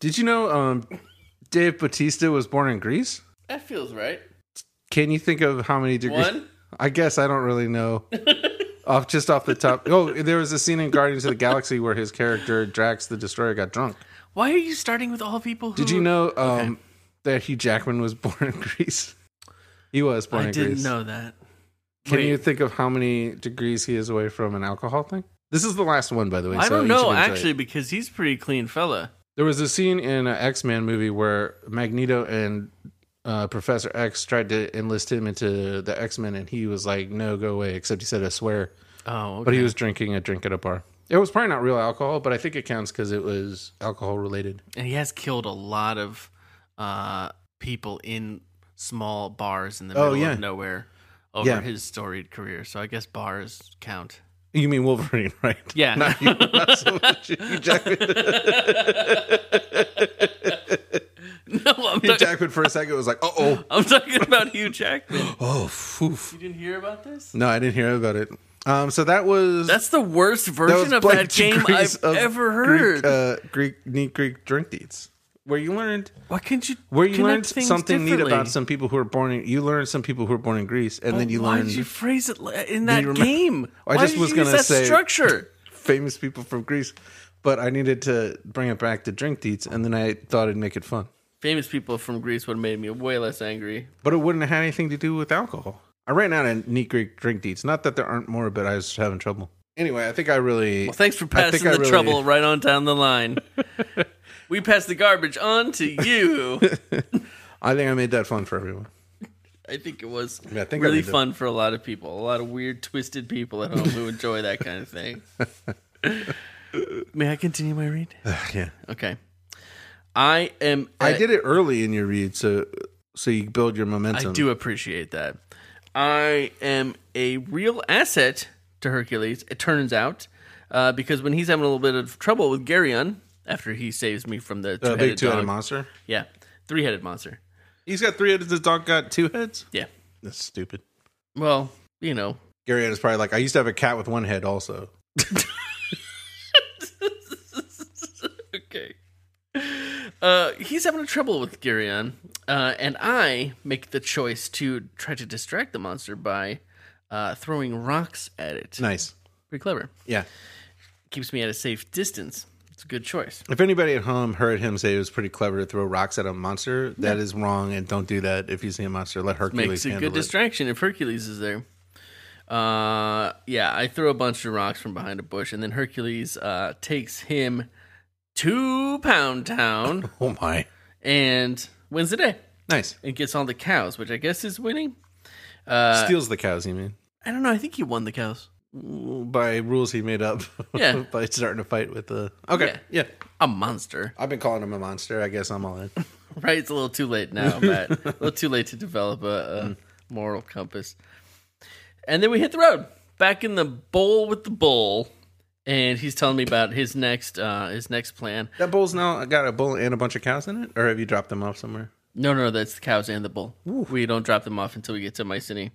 Speaker 2: Did you know um, Dave Batista was born in Greece?
Speaker 3: That feels right.
Speaker 2: Can you think of how many degrees?
Speaker 3: One?
Speaker 2: [laughs] I guess I don't really know. off just off the top. Oh, there was a scene in Guardians of the Galaxy where his character Drax the Destroyer got drunk.
Speaker 3: Why are you starting with all people who.
Speaker 2: Did you know um, that Hugh Jackman was [laughs] born in Greece? He was born
Speaker 3: I
Speaker 2: in
Speaker 3: didn't
Speaker 2: Greece.
Speaker 3: know that.
Speaker 2: Can
Speaker 3: Wait.
Speaker 2: you think of how many degrees he is away from an alcohol thing? This is the last one, by the way.
Speaker 3: I
Speaker 2: so
Speaker 3: don't
Speaker 2: you should
Speaker 3: know,
Speaker 2: enjoy it.
Speaker 3: actually, because he's a pretty clean fella.
Speaker 2: There was a scene in an X Men movie where Magneto and uh, Professor X tried to enlist him into the X Men, and he was like, no, go away, except he said a swear.
Speaker 3: Oh, okay.
Speaker 2: But he was drinking a drink at a bar. It was probably not real alcohol, but I think it counts because it was alcohol related.
Speaker 3: and he has killed a lot of uh, people in small bars in the
Speaker 2: Oh,
Speaker 3: middle
Speaker 2: yeah.
Speaker 3: of nowhere over
Speaker 2: Yeah.
Speaker 3: his storied career. So I guess bars count.
Speaker 2: You mean Wolverine, [laughs] right?
Speaker 3: Yeah.
Speaker 2: Not
Speaker 3: [laughs]
Speaker 2: you, not so much Hugh Jackman.
Speaker 3: No, I'm,
Speaker 2: Hugh
Speaker 3: talk-
Speaker 2: Jackman for a second was like, uh oh.
Speaker 3: I'm talking about Hugh Jackman.
Speaker 2: Oh, phew.
Speaker 3: You didn't hear about this?
Speaker 2: No, I didn't hear about it. Um, so that was
Speaker 3: That's the worst
Speaker 2: that
Speaker 3: version
Speaker 2: was
Speaker 3: of
Speaker 2: Blake
Speaker 3: that game I've
Speaker 2: Degrees of
Speaker 3: ever
Speaker 2: Greek,
Speaker 3: heard.
Speaker 2: uh, Greek neat Greek drink deeds, where you learned
Speaker 3: Why couldn't you?
Speaker 2: where you
Speaker 3: connect
Speaker 2: learned
Speaker 3: things
Speaker 2: something neat
Speaker 3: differently?
Speaker 2: about some people who were born. in You learned some people who were born in Greece, and then you
Speaker 3: Why
Speaker 2: learned
Speaker 3: did you phrase it li- in that
Speaker 2: you remember-
Speaker 3: game?
Speaker 2: I
Speaker 3: Why
Speaker 2: just
Speaker 3: did
Speaker 2: was
Speaker 3: you use
Speaker 2: gonna
Speaker 3: that
Speaker 2: say-
Speaker 3: structure.
Speaker 2: [laughs] famous people from Greece. But I needed to bring it back to drink deeds, and then I thought it'd make it fun.
Speaker 3: [laughs] Famous people from Greece would have made me way less angry.
Speaker 2: But it wouldn't have had anything to do with alcohol. I ran out of neat Greek drink deeds. Not that there aren't more, but I was just having trouble. Anyway, I think I really.
Speaker 3: Well, thanks for
Speaker 2: I think
Speaker 3: passing
Speaker 2: I
Speaker 3: the
Speaker 2: really-
Speaker 3: trouble right on down the
Speaker 2: [laughs]
Speaker 3: line. we pass the garbage on to
Speaker 2: [laughs]
Speaker 3: you.
Speaker 2: I think I made that fun for everyone.
Speaker 3: I think it was
Speaker 2: Yeah, I think I
Speaker 3: really
Speaker 2: did.
Speaker 3: fun for a lot of people. A lot of weird, twisted people at home who enjoy that kind
Speaker 2: [laughs]
Speaker 3: of thing. May I continue my read?
Speaker 2: yeah.
Speaker 3: Okay. I am.
Speaker 2: I
Speaker 3: at-
Speaker 2: did it early in your read, so so you build your momentum.
Speaker 3: I do appreciate that. I am a real asset to Hercules, it turns out, uh, because when he's having a little bit of trouble with Geryon, after he saves me from the
Speaker 2: The
Speaker 3: two-headed
Speaker 2: big two-headed
Speaker 3: dog-
Speaker 2: monster.
Speaker 3: Yeah, three-headed monster.
Speaker 2: He's got three heads. This dog got two heads.
Speaker 3: Yeah.
Speaker 2: That's stupid.
Speaker 3: Well, you know,
Speaker 2: Gary is probably like, I used to have a cat with one head. Also,
Speaker 3: okay. Uh, he's having trouble with Geryon, uh, and I make the choice to try to distract the monster by uh, throwing rocks at it.
Speaker 2: nice.
Speaker 3: Pretty clever.
Speaker 2: Yeah.
Speaker 3: Keeps me at a safe distance. It's a good choice.
Speaker 2: If anybody at home heard him say it was pretty clever to throw rocks at a monster, that is wrong, and don't do that. If you see a monster, let Hercules
Speaker 3: makes a
Speaker 2: handle
Speaker 3: good
Speaker 2: it.
Speaker 3: distraction if Hercules is there. Uh, yeah, I throw a bunch of rocks from behind a bush, and then Hercules uh, takes him to
Speaker 2: [laughs]
Speaker 3: Pound Town
Speaker 2: oh my,
Speaker 3: and wins the day
Speaker 2: nice.
Speaker 3: and gets all the cows, which I guess is winning.
Speaker 2: Steals the cows. You mean
Speaker 3: I don't know. I think he won the cows.
Speaker 2: by rules he made up?
Speaker 3: Yeah.
Speaker 2: [laughs] by starting a fight with the. Okay. Yeah.
Speaker 3: A monster,
Speaker 2: I've been calling him a monster. I guess I'm all in.
Speaker 3: right? It's a little too late now, Matt. a little too late to develop a, a moral compass. And then we hit the road back in the bowl with the bull, and he's telling me about his next uh, his next plan.
Speaker 2: That bull's now got a bull and a bunch of cows in it, or have you dropped them off somewhere?
Speaker 3: No, no, that's the cows and the bull. We don't drop them off until we get to Mycenae.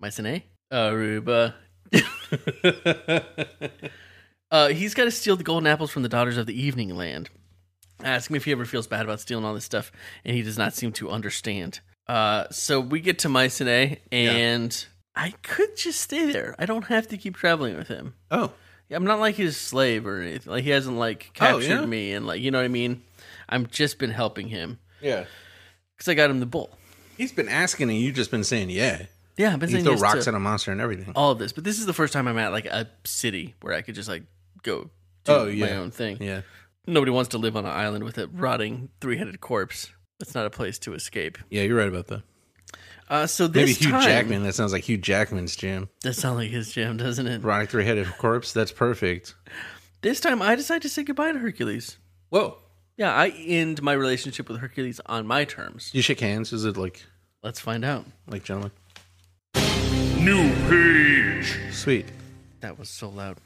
Speaker 3: Mycenae? Aruba. uh, he's got to steal the golden apples from the daughters of the evening land. Ask him if he ever feels bad about stealing all this stuff, and he does not seem to understand. Uh, so we get to Mycenae, and I could just stay there. I don't have to keep traveling with him.
Speaker 2: Oh,
Speaker 3: I'm not like his slave or anything. Like he hasn't like captured
Speaker 2: yeah?
Speaker 3: me, and like you know what I mean. I've just been helping him
Speaker 2: yeah.
Speaker 3: because I got him the bull.
Speaker 2: He's been asking, and you've just been saying, "Yeah."
Speaker 3: Yeah, I've been
Speaker 2: You
Speaker 3: saying
Speaker 2: throw
Speaker 3: yes
Speaker 2: rocks
Speaker 3: to
Speaker 2: at a monster and everything.
Speaker 3: all of this, but this is the first time I'm at like a city where I could just like go do
Speaker 2: Oh, yeah.
Speaker 3: my own thing.
Speaker 2: Yeah.
Speaker 3: Nobody wants to live on an island with a rotting three-headed corpse. That's not a place to escape.
Speaker 2: Yeah, you're right about that.
Speaker 3: Uh, so this
Speaker 2: Maybe Hugh
Speaker 3: time-
Speaker 2: Jackman. That sounds like Hugh Jackman's jam.
Speaker 3: That sounds like his jam, doesn't it?
Speaker 2: Ronic three headed corpse. That's perfect.
Speaker 3: This time, I decide to say goodbye to Hercules.
Speaker 2: Whoa.
Speaker 3: Yeah, I end my relationship with Hercules on my terms.
Speaker 2: You shake hands. Is it like
Speaker 3: Let's find out.
Speaker 2: like gentlemen?
Speaker 1: New page.
Speaker 2: Sweet.
Speaker 3: That was so loud.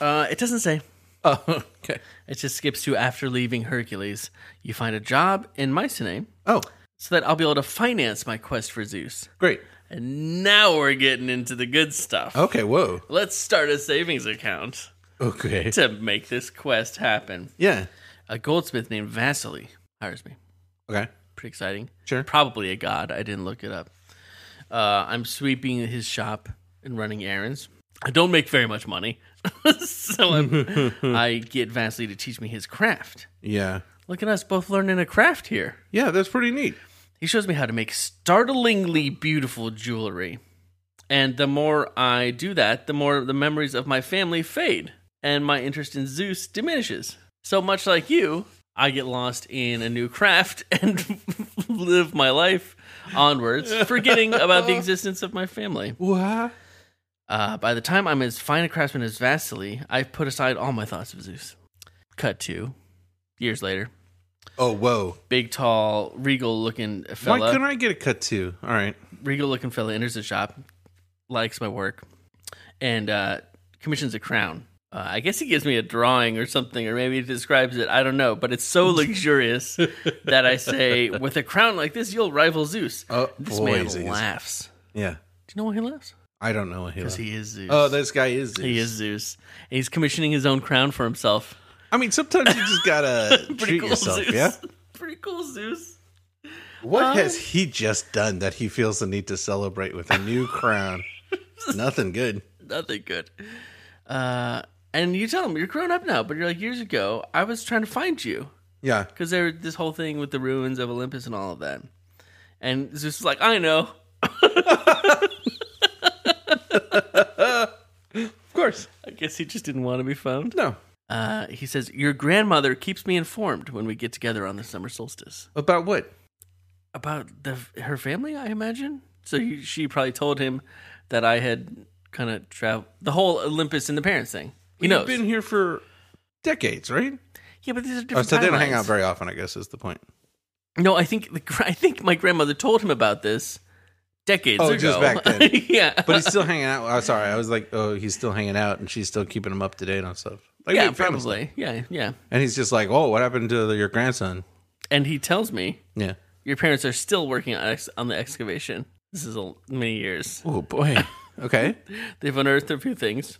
Speaker 3: Uh, it doesn't say. [laughs]
Speaker 2: Oh, okay.
Speaker 3: It just skips to after leaving Hercules, you find a job in Mycenae.
Speaker 2: Oh,
Speaker 3: so that I'll be able to finance my quest for Zeus.
Speaker 2: great.
Speaker 3: And now we're getting into the good stuff.
Speaker 2: Okay. Whoa.
Speaker 3: Let's start a savings account
Speaker 2: Okay.
Speaker 3: to make this quest happen.
Speaker 2: Yeah.
Speaker 3: A goldsmith named Vasily hires me.
Speaker 2: Okay.
Speaker 3: Pretty exciting.
Speaker 2: Sure.
Speaker 3: Probably a god. I didn't look it up. Uh, I'm sweeping his shop and running errands. I don't make very much money, [laughs] so I'm, I get Vasily to teach me his craft.
Speaker 2: Yeah.
Speaker 3: Look at us both learning a craft here.
Speaker 2: Yeah. That's pretty neat.
Speaker 3: He shows me how to make startlingly beautiful jewelry. And the more I do that, the more the memories of my family fade and my interest in Zeus diminishes. So much like you, I get lost in a new craft [laughs] and live my life onwards, forgetting
Speaker 2: [laughs]
Speaker 3: about the existence of my family.
Speaker 2: What?
Speaker 3: Uh, by the time I'm as fine a craftsman as Vasily, I've put aside all my thoughts of Zeus. Cut to years later.
Speaker 2: Oh, whoa.
Speaker 3: Big, tall, regal looking
Speaker 2: Why
Speaker 3: fella.
Speaker 2: couldn't I get a cut too? All right.
Speaker 3: regal looking fella enters the shop, likes my work, and uh, commissions a crown. Uh, I guess he gives me a drawing or something, or maybe he describes it. I don't know, but
Speaker 2: [laughs]
Speaker 3: it's so luxurious that I say, with a crown like this, you'll rival Zeus.
Speaker 2: Oh,
Speaker 3: this man
Speaker 2: boysies.
Speaker 3: laughs.
Speaker 2: Yeah.
Speaker 3: Do you know why he laughs?
Speaker 2: I don't know a hero.
Speaker 3: because he is Zeus.
Speaker 2: oh, this guy is. Zeus.
Speaker 3: he is Zeus, and he's commissioning his own crown for himself.
Speaker 2: I mean, sometimes you just
Speaker 3: [laughs]
Speaker 2: gotta [laughs]
Speaker 3: Pretty
Speaker 2: treat
Speaker 3: cool,
Speaker 2: yourself.
Speaker 3: Zeus.
Speaker 2: Yeah.
Speaker 3: [laughs] Pretty cool, Zeus.
Speaker 2: What has he just done that he feels the need to celebrate with a new
Speaker 3: [laughs]
Speaker 2: crown? Nothing good.
Speaker 3: Nothing good. Uh, and you tell him you're grown up now, but you're like years ago. I was trying to find you.
Speaker 2: Yeah.
Speaker 3: because there this whole thing with the ruins of Olympus and all of that. And Zeus is like, I know.
Speaker 2: Of course.
Speaker 3: I guess he just didn't want to be found.
Speaker 2: No.
Speaker 3: Uh, he says, Your grandmother keeps me informed when we get together on the summer solstice.
Speaker 2: About what?
Speaker 3: About the, her family, I imagine. So he, she probably told him that I had kind of traveled the whole Olympus and the parents thing. He knows.
Speaker 2: You've been here for decades, right?
Speaker 3: yeah, but these are
Speaker 2: Oh,
Speaker 3: different.
Speaker 2: so they don't hang
Speaker 3: timelines.
Speaker 2: out very often, I guess, is the point.
Speaker 3: No, I think the, gra- [laughs] I think my grandmother told him about this decades
Speaker 2: Oh,
Speaker 3: ago.
Speaker 2: just back then.
Speaker 3: [laughs] yeah,
Speaker 2: But he's still hanging out. I'm sorry. I was like, oh, he's still hanging out and she's still keeping him up to date on stuff. Like,
Speaker 3: yeah,
Speaker 2: like family stuff.
Speaker 3: probably. Yeah, yeah.
Speaker 2: And he's just like, oh, what happened to the- your grandson?
Speaker 3: And he tells me
Speaker 2: Yeah.
Speaker 3: your parents are still working on, ex- on the excavation. This is a, many years.
Speaker 2: Oh, boy. okay.
Speaker 3: They've unearthed a few things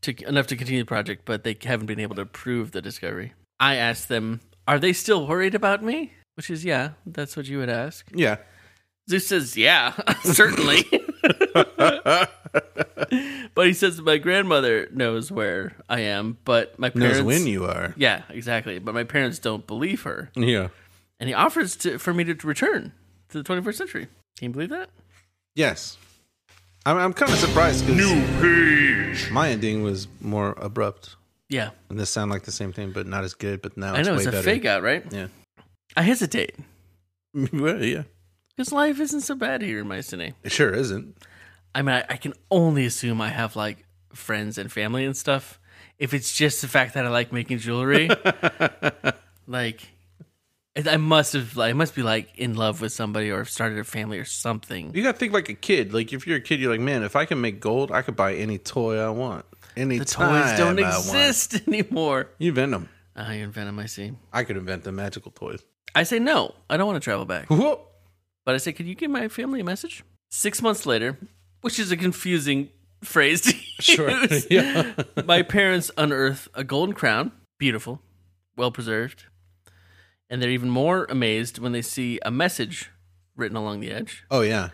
Speaker 3: to, enough to continue the project, but they haven't been able to prove the discovery. I asked them, "Are they still worried about me?" Which is, yeah, that's what you would ask.
Speaker 2: Yeah.
Speaker 3: Zeus says, "Yeah, [laughs]
Speaker 2: [laughs]
Speaker 3: certainly." but he says my grandmother knows where I am, but my parents
Speaker 2: Knows when you are.
Speaker 3: Yeah, exactly. But my parents don't believe her.
Speaker 2: Yeah.
Speaker 3: and he offers to, for me to return to the 21st century. Can you believe that?
Speaker 2: Yes. I'm, I'm kind of surprised because
Speaker 1: New page.
Speaker 2: my ending was more abrupt.
Speaker 3: Yeah,
Speaker 2: And this sound like the same thing, but not as good. But now
Speaker 3: I
Speaker 2: it's
Speaker 3: know
Speaker 2: way
Speaker 3: it's a
Speaker 2: better.
Speaker 3: fake out, right?
Speaker 2: Yeah.
Speaker 3: I hesitate
Speaker 2: [laughs] well, yeah.
Speaker 3: because life isn't so bad here in Mycenae.
Speaker 2: It sure isn't.
Speaker 3: I mean, I, I can only assume I have like friends and family and stuff. If it's just the fact that I like
Speaker 2: [laughs]
Speaker 3: making jewelry, like I I must have, I must be like in love with somebody or have started a family or something.
Speaker 2: You got to think like a kid. Like if you're a kid, you're like, man, if I can make gold, I could buy any toy I want. Any
Speaker 3: The
Speaker 2: time
Speaker 3: toys don't
Speaker 2: I want.
Speaker 3: exist [laughs] anymore.
Speaker 2: You invent them.
Speaker 3: I invent them, I see.
Speaker 2: I could invent the magical toys. [laughs]
Speaker 3: I say no. I don't want to travel back.
Speaker 2: Whoa. [laughs]
Speaker 3: But I said, "Can you give my family a message?" Six months later, which is a confusing phrase to
Speaker 2: Sure.
Speaker 3: use,
Speaker 2: [laughs] yeah.
Speaker 3: [laughs] my parents unearth a golden crown, beautiful, well preserved, and they're even more amazed when they see a message written along the edge.
Speaker 2: Oh yeah.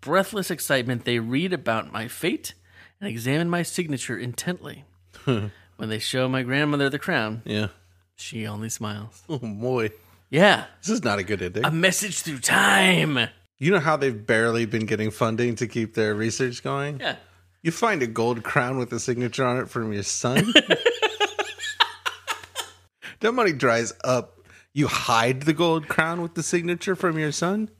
Speaker 3: Breathless excitement, they read about my fate and examine my signature intently. when they show my grandmother the crown,
Speaker 2: Yeah.
Speaker 3: she only smiles.
Speaker 2: Oh boy.
Speaker 3: Yeah,
Speaker 2: This is not a good ending.
Speaker 3: a message through time.
Speaker 2: you know how they've barely been getting funding to keep their research going?
Speaker 3: Yeah.
Speaker 2: You find a gold crown with a signature on it from your
Speaker 3: [laughs]
Speaker 2: son? [laughs] that money dries up. You hide the gold crown with the signature from your son?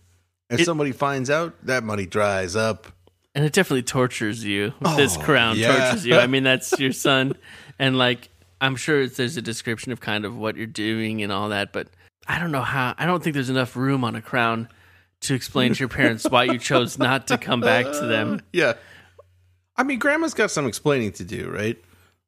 Speaker 2: If somebody finds out, that money dries up.
Speaker 3: and it definitely tortures you. this crown
Speaker 2: Oh, yeah.
Speaker 3: tortures you. I mean,
Speaker 2: [laughs]
Speaker 3: that's your son, and like I'm sure it's, there's a description of kind of what you're doing and all that, but I don't know how. I don't think there's enough room on a crown to explain to your parents why you chose not to come back to
Speaker 2: [laughs]
Speaker 3: them.
Speaker 2: Yeah. I mean, grandma's got some explaining to do, right?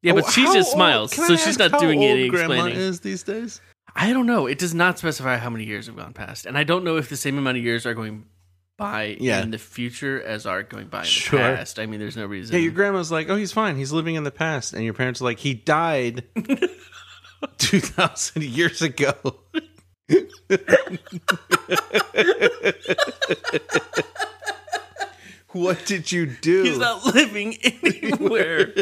Speaker 3: Yeah, but
Speaker 2: Oh,
Speaker 3: she
Speaker 2: how
Speaker 3: just
Speaker 2: old-
Speaker 3: smiles,
Speaker 2: can I
Speaker 3: so she's
Speaker 2: ask
Speaker 3: not
Speaker 2: how
Speaker 3: doing
Speaker 2: old
Speaker 3: any
Speaker 2: grandma
Speaker 3: explaining.
Speaker 2: is these days?
Speaker 3: I don't know. It does not specify how many years have gone past, and I don't know if the same amount of years are going by
Speaker 2: Yeah.
Speaker 3: in the future as are going by in
Speaker 2: Sure.
Speaker 3: the past. I mean, there's no reason.
Speaker 2: Yeah, your grandma's like, oh, he's fine. He's living in the past. And your parents are like, he [laughs] died 2,000 years ago. what did you do?
Speaker 3: He's not living [laughs] anywhere.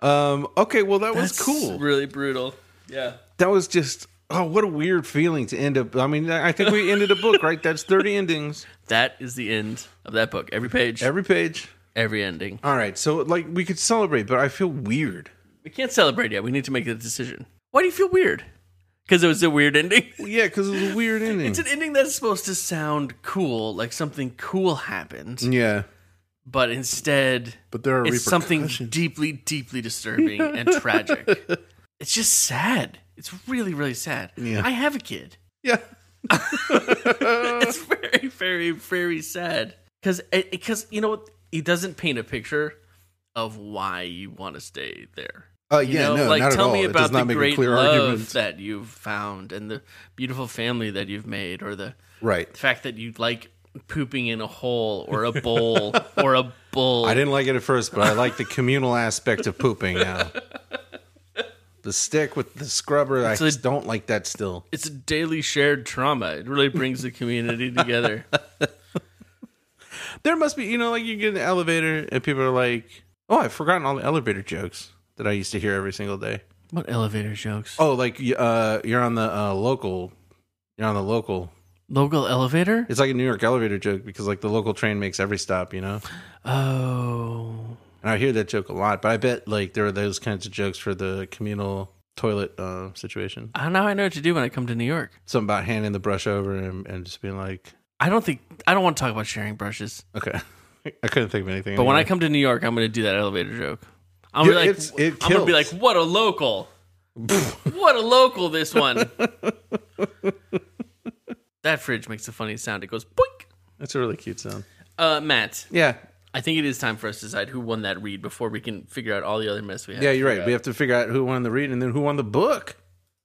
Speaker 2: um, okay, well, that was cool.
Speaker 3: Really brutal. Yeah.
Speaker 2: that was just, oh, what a weird feeling to end up. I mean, I I think we ended a book, right? That's 30 endings,
Speaker 3: That is the end of that book. Every page, every,
Speaker 2: every page.
Speaker 3: ending.
Speaker 2: All right, so like we could celebrate, but I feel weird.
Speaker 3: We can't celebrate yet. We need to make a decision. Why do you feel weird? Because it was a weird ending.
Speaker 2: [laughs] Yeah, because it was a weird ending.
Speaker 3: It's an ending that's supposed to sound cool, like something cool happened,
Speaker 2: yeah,
Speaker 3: but instead,
Speaker 2: but there are
Speaker 3: it's something deeply, deeply disturbing and
Speaker 2: [laughs]
Speaker 3: tragic. It's just sad. It's really, really sad.
Speaker 2: Yeah.
Speaker 3: I have a kid.
Speaker 2: [laughs] Yeah. Uh,
Speaker 3: [laughs] it's very, very, very sad because because you know what? He doesn't paint a picture of why you want to stay there.
Speaker 2: Uh,
Speaker 3: You
Speaker 2: yeah,
Speaker 3: know,
Speaker 2: no,
Speaker 3: like
Speaker 2: not
Speaker 3: tell
Speaker 2: at all.
Speaker 3: me
Speaker 2: it does
Speaker 3: about
Speaker 2: not
Speaker 3: the
Speaker 2: make
Speaker 3: great
Speaker 2: a clear
Speaker 3: love
Speaker 2: argument.
Speaker 3: that you've found and the beautiful family that you've made, or the
Speaker 2: right.
Speaker 3: fact that you like pooping in a hole or
Speaker 2: [laughs]
Speaker 3: a bowl or a bull.
Speaker 2: I didn't like it at first, but I like the communal aspect of pooping [laughs] now. The stick with the scrubber, I
Speaker 3: a-
Speaker 2: just don't like that still.
Speaker 3: It's a daily shared trauma. It really brings the
Speaker 2: [laughs]
Speaker 3: community together.
Speaker 2: There must be, you know, like you get in the elevator and people are like, oh, I've forgotten all the elevator jokes that I used to hear every single day.
Speaker 3: What elevator jokes?
Speaker 2: Oh, like y- uh, you're on the uh, local, you're on the local.
Speaker 3: Local elevator?
Speaker 2: It's like a New York elevator joke because like the local train makes every stop, you know.
Speaker 3: Oh.
Speaker 2: And I hear that joke a lot, but I bet like there are those kinds of jokes for the communal toilet uh, situation.
Speaker 3: I now I know what to do when I come to New York.
Speaker 2: Something about handing the brush over and, and just being like,
Speaker 3: I don't think I don't want to talk about sharing brushes.
Speaker 2: okay, [laughs] I couldn't think of anything.
Speaker 3: But when I
Speaker 2: anyway.
Speaker 3: come to New York, I'm going to do that elevator joke. I'm gonna be
Speaker 2: Yeah,
Speaker 3: like,
Speaker 2: it's- it
Speaker 3: I'm gonna be like,
Speaker 2: kills.
Speaker 3: what
Speaker 2: [laughs]
Speaker 3: a local, what a local this one. that fridge makes a funny sound. It goes boink.
Speaker 2: that's a really cute sound.
Speaker 3: Uh, Matt,
Speaker 2: Yeah,
Speaker 3: I think it is time for us to decide who won that read before we can figure out all the other mess we have.
Speaker 2: yeah,
Speaker 3: to
Speaker 2: you're right.
Speaker 3: figure
Speaker 2: We
Speaker 3: out.
Speaker 2: have to figure out who won the read and then who won the book.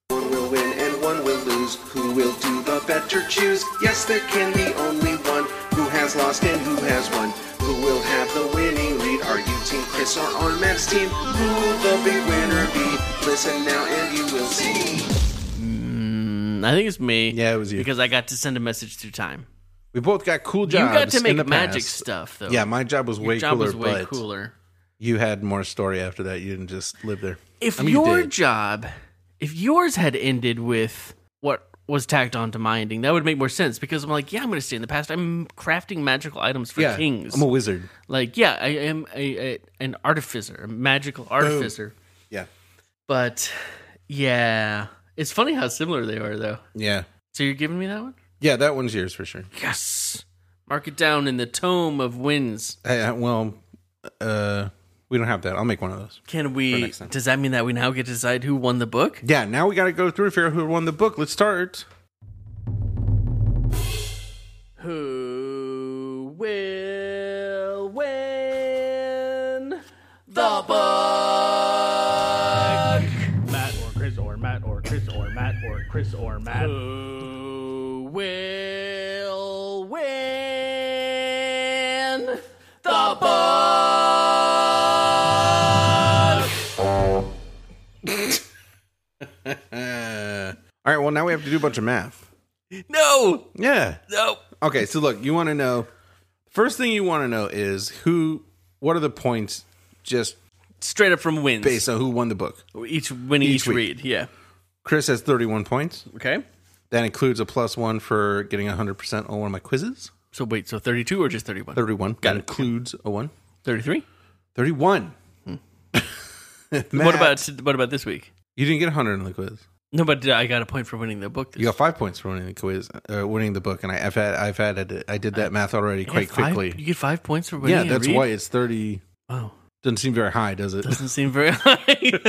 Speaker 7: One will win and one will lose. Who will do the better choose? Yes, there can be only one. Who has lost and who has won? Who will have the winning lead? Are you Team Chris or on Matt's team? Who will the big winner be? Listen now and you will see.
Speaker 3: Mm, I think it's me.
Speaker 2: Yeah, it was you.
Speaker 3: because I got to send a message through time.
Speaker 2: We both got cool
Speaker 3: You
Speaker 2: jobs.
Speaker 3: got to
Speaker 2: in the
Speaker 3: make magic
Speaker 2: past.
Speaker 3: stuff though.
Speaker 2: Yeah, my job was
Speaker 3: Your
Speaker 2: way
Speaker 3: job
Speaker 2: cooler,
Speaker 3: was way
Speaker 2: but
Speaker 3: cooler.
Speaker 2: you had more story after that. You didn't just live there.
Speaker 3: If
Speaker 2: I mean, you
Speaker 3: your
Speaker 2: did.
Speaker 3: job, if yours had ended with what was tacked onto my ending, that would make more sense because I'm like, yeah, I'm going to stay in the past. I'm crafting magical items for
Speaker 2: yeah,
Speaker 3: kings.
Speaker 2: I'm a wizard.
Speaker 3: like, yeah, I am a, a an artificer, a magical artificer.
Speaker 2: Yeah,
Speaker 3: But yeah, it's funny how similar they are, though.
Speaker 2: yeah,
Speaker 3: So you're giving me that one?
Speaker 2: yeah. That one's yours for sure.
Speaker 3: Yes. Mark it down in the tome of wins.
Speaker 2: Hey, uh, well, uh, we don't have that. I'll make one of those.
Speaker 3: Can we?
Speaker 2: next time.
Speaker 3: Does that mean that we now get to decide who won the book?
Speaker 2: Yeah, now we got to go through and figure out who won the book. Let's start.
Speaker 3: Who will win the book?
Speaker 5: Matt or Chris or Matt or Chris or Matt or Chris or Matt.
Speaker 3: Who will win the book?
Speaker 2: All right, well, now we have to do a bunch of math.
Speaker 3: No,
Speaker 2: Yeah.
Speaker 3: no.
Speaker 2: Okay, so look, you want to know first thing you want to know is who, what are the points just
Speaker 3: Straight up from wins.
Speaker 2: based on who won the book?
Speaker 3: Each winning each,
Speaker 2: Each week.
Speaker 3: read. Yeah.
Speaker 2: Chris has 31 points.
Speaker 3: Okay.
Speaker 2: That includes a plus one for getting 100% on one of my quizzes.
Speaker 3: So wait, so 32 or just 31?
Speaker 2: 31.
Speaker 3: Got
Speaker 2: that
Speaker 3: it.
Speaker 2: includes a one.
Speaker 3: 33?
Speaker 2: 31. [laughs] Matt,
Speaker 3: Hmm. What about what about this week?
Speaker 2: You didn't get 100 on the quiz.
Speaker 3: No, but uh, I got a point for winning the book. This
Speaker 2: You got five points for winning the quiz, uh, winning the book, and I, I've had I've had it. I did that math already quite
Speaker 3: Get five-
Speaker 2: quickly.
Speaker 3: Uh, you get five points for winning.
Speaker 2: yeah,
Speaker 3: and
Speaker 2: that's
Speaker 3: read?
Speaker 2: why it's thirty.
Speaker 3: Wow,
Speaker 2: Doesn't seem very high, does it?
Speaker 3: doesn't seem very [laughs] high.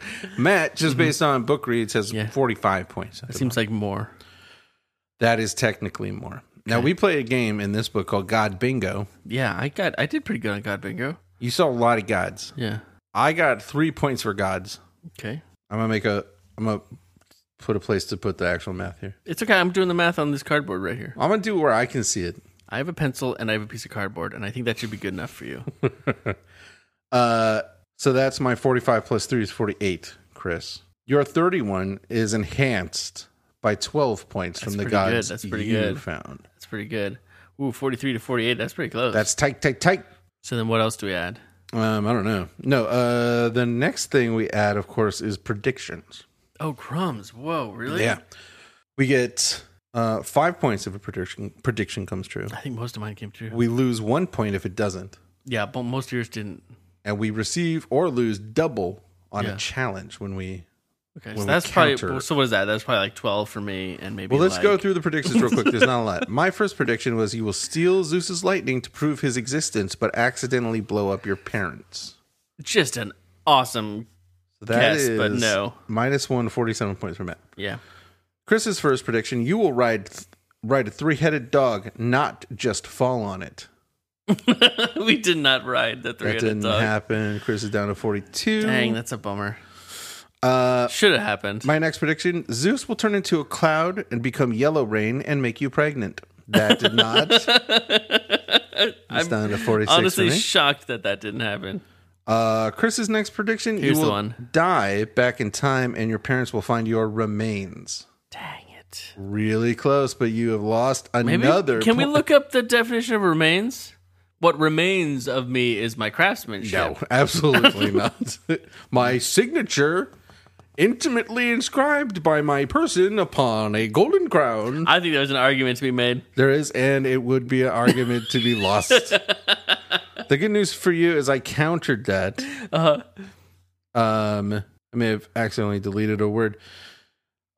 Speaker 2: [laughs] Matt, just based on book reads, has
Speaker 3: Mm-hmm. Yeah.
Speaker 2: forty-five points.
Speaker 3: Seems like more.
Speaker 2: That is technically more. Now we play a game in this book called God Bingo.
Speaker 3: Yeah, I got. I did pretty good on God Bingo.
Speaker 2: You saw a lot of gods.
Speaker 3: Yeah.
Speaker 2: I got three points for gods.
Speaker 3: Okay.
Speaker 2: I'm gonna make a. I'm gonna put a place to put the actual math here.
Speaker 3: It's okay. I'm doing the math on this cardboard right here.
Speaker 2: I'm gonna do where I can see it.
Speaker 3: I have a pencil and I have a piece of cardboard, and I think that should be good enough
Speaker 2: [laughs]
Speaker 3: for you.
Speaker 2: Uh, so that's my 45 plus 3 is 48, Chris. Your 31 is enhanced by 12 points from the
Speaker 3: pretty good.
Speaker 2: gods
Speaker 3: That's pretty
Speaker 2: you
Speaker 3: good.
Speaker 2: found.
Speaker 3: That's pretty good. Ooh, 43 to 48. That's pretty close.
Speaker 2: That's tight, tight, tight.
Speaker 3: so then what else do we add?
Speaker 2: Um, I don't know. No, uh, the next thing we add, of course, is predictions.
Speaker 3: Oh, crumbs. Whoa, really?
Speaker 2: Yeah. We get uh, five points if a prediction prediction comes true.
Speaker 3: I think most of mine came true.
Speaker 2: We lose one point if it doesn't.
Speaker 3: Yeah, but most of yours didn't.
Speaker 2: And we receive or lose double on
Speaker 3: Yeah.
Speaker 2: a challenge when we
Speaker 3: Okay,
Speaker 2: When
Speaker 3: so
Speaker 2: we
Speaker 3: that's probably.
Speaker 2: counter-
Speaker 3: well, So what is that? That's probably like 12 for me, and maybe.
Speaker 2: Well, let's go
Speaker 3: like-
Speaker 2: through the predictions real quick. There's not a lot. My first prediction was you will steal Zeus's lightning to prove his existence, but accidentally blow up your parents.
Speaker 3: Just an awesome.
Speaker 2: So that
Speaker 3: Yes,
Speaker 2: is
Speaker 3: but no.
Speaker 2: minus one, 47 points for Matt.
Speaker 3: Yeah.
Speaker 2: Chris's first prediction: you will ride ride a three headed dog, not just fall on it.
Speaker 3: [laughs] we did not ride the
Speaker 2: That
Speaker 3: three-headed
Speaker 2: didn't
Speaker 3: dog.
Speaker 2: happen. Chris is down to 42.
Speaker 3: Dang, that's a bummer.
Speaker 2: Uh,
Speaker 3: Should have happened.
Speaker 2: my next prediction: Zeus will turn into a cloud and become yellow rain and make you pregnant. That did
Speaker 3: [laughs]
Speaker 2: not. it's down to 46
Speaker 3: Honestly,
Speaker 2: for me.
Speaker 3: shocked that that didn't happen.
Speaker 2: uh, Chris's next prediction
Speaker 3: Here's
Speaker 2: you
Speaker 3: the
Speaker 2: will
Speaker 3: one.
Speaker 2: die back in time and your parents will find your remains.
Speaker 3: Dang it.
Speaker 2: Really close, but you have lost
Speaker 3: Maybe
Speaker 2: another.
Speaker 3: can we
Speaker 2: point.
Speaker 3: look up the definition of remains? What remains of me is my craftsmanship.
Speaker 2: No, [laughs] absolutely not. [laughs] my signature, intimately inscribed by my person upon a golden crown.
Speaker 3: I think there's an argument to be made.
Speaker 2: There is, and it would be an argument to be
Speaker 3: [laughs]
Speaker 2: lost. the good news for you is I countered that.
Speaker 3: Uh-huh.
Speaker 2: Um, I may have accidentally deleted a word.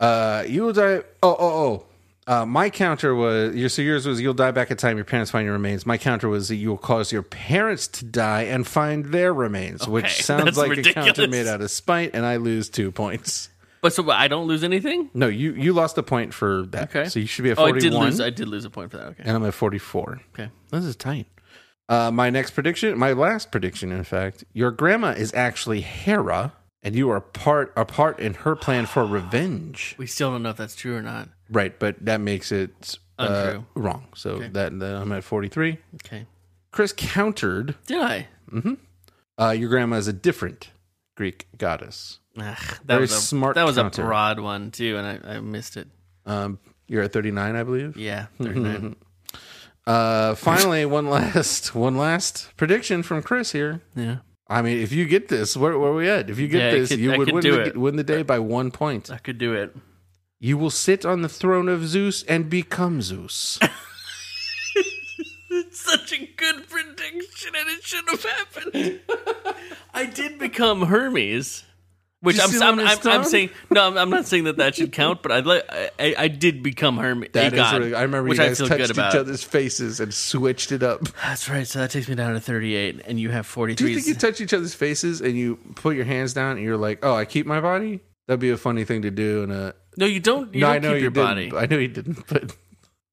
Speaker 2: Uh, you will die. Oh, oh, oh. Uh, my counter was your. So yours was you'll die back in time. Your parents find your remains. My counter was that you will cause your parents to die and find their remains, which
Speaker 3: Okay, [laughs]
Speaker 2: sounds
Speaker 3: that's
Speaker 2: like a counter
Speaker 3: ridiculous.
Speaker 2: made out of spite, and I lose two points.
Speaker 3: But so I don't lose anything?
Speaker 2: No, you you lost a point for that.
Speaker 3: Okay.
Speaker 2: so you should be at
Speaker 3: Oh, I
Speaker 2: forty-one
Speaker 3: did lose I did lose a point for that. Okay.
Speaker 2: and I'm at 44.
Speaker 3: Okay.
Speaker 2: This is tight. Uh, my next prediction, my last prediction, in fact, your grandma is actually Hera, and you are part a part in her plan [gasps] for revenge.
Speaker 3: We still don't know if that's true or not.
Speaker 2: Right, but that makes it uh,
Speaker 3: Untrue.
Speaker 2: wrong. So that, that I'm at 43.
Speaker 3: Okay.
Speaker 2: Chris countered.
Speaker 3: Did I?
Speaker 2: Uh, your grandma is a different Greek goddess.
Speaker 3: Ugh, that
Speaker 2: Very
Speaker 3: was a,
Speaker 2: smart
Speaker 3: That was
Speaker 2: counter.
Speaker 3: a broad one too, and I, I missed it.
Speaker 2: Um, you're at 39, I believe.
Speaker 3: Yeah.
Speaker 2: [laughs]
Speaker 3: 39.
Speaker 2: Uh, finally, one [laughs] last one last prediction from Chris here.
Speaker 3: yeah.
Speaker 2: I mean, if you get this, where, where are we at? If you get
Speaker 3: Yeah, I
Speaker 2: this,
Speaker 3: could-
Speaker 2: you
Speaker 3: I
Speaker 2: would
Speaker 3: could
Speaker 2: win
Speaker 3: do
Speaker 2: the,
Speaker 3: it.
Speaker 2: win the day by one point.
Speaker 3: I could do it.
Speaker 2: You will sit on the throne of Zeus and become
Speaker 3: [laughs]
Speaker 2: Zeus.
Speaker 3: Such a good prediction, and it shouldn't have happened. [laughs] I did become Hermes, which
Speaker 2: You
Speaker 3: I'm,
Speaker 2: still
Speaker 3: I'm, I'm,
Speaker 2: understand?
Speaker 3: I'm saying no. I'm, I'm not saying that that should count, but I li- I, I, I did become Hermes.
Speaker 2: That
Speaker 3: a
Speaker 2: is
Speaker 3: god,
Speaker 2: really- I remember
Speaker 3: which
Speaker 2: you
Speaker 3: I
Speaker 2: guys
Speaker 3: feel
Speaker 2: touched
Speaker 3: good about.
Speaker 2: each other's faces and switched it
Speaker 3: [laughs]
Speaker 2: up.
Speaker 3: That's right. So that takes me down to 38, and you have
Speaker 2: Do
Speaker 3: 43.
Speaker 2: you think you touch each other's faces and you put your hands down and you're like, "Oh, I keep my body"? That'd be a funny thing to do. And a
Speaker 3: no, you don't. You
Speaker 2: no,
Speaker 3: don't
Speaker 2: I know
Speaker 3: keep
Speaker 2: you
Speaker 3: your
Speaker 2: didn't,
Speaker 3: body.
Speaker 2: but I know you didn't, [laughs] but it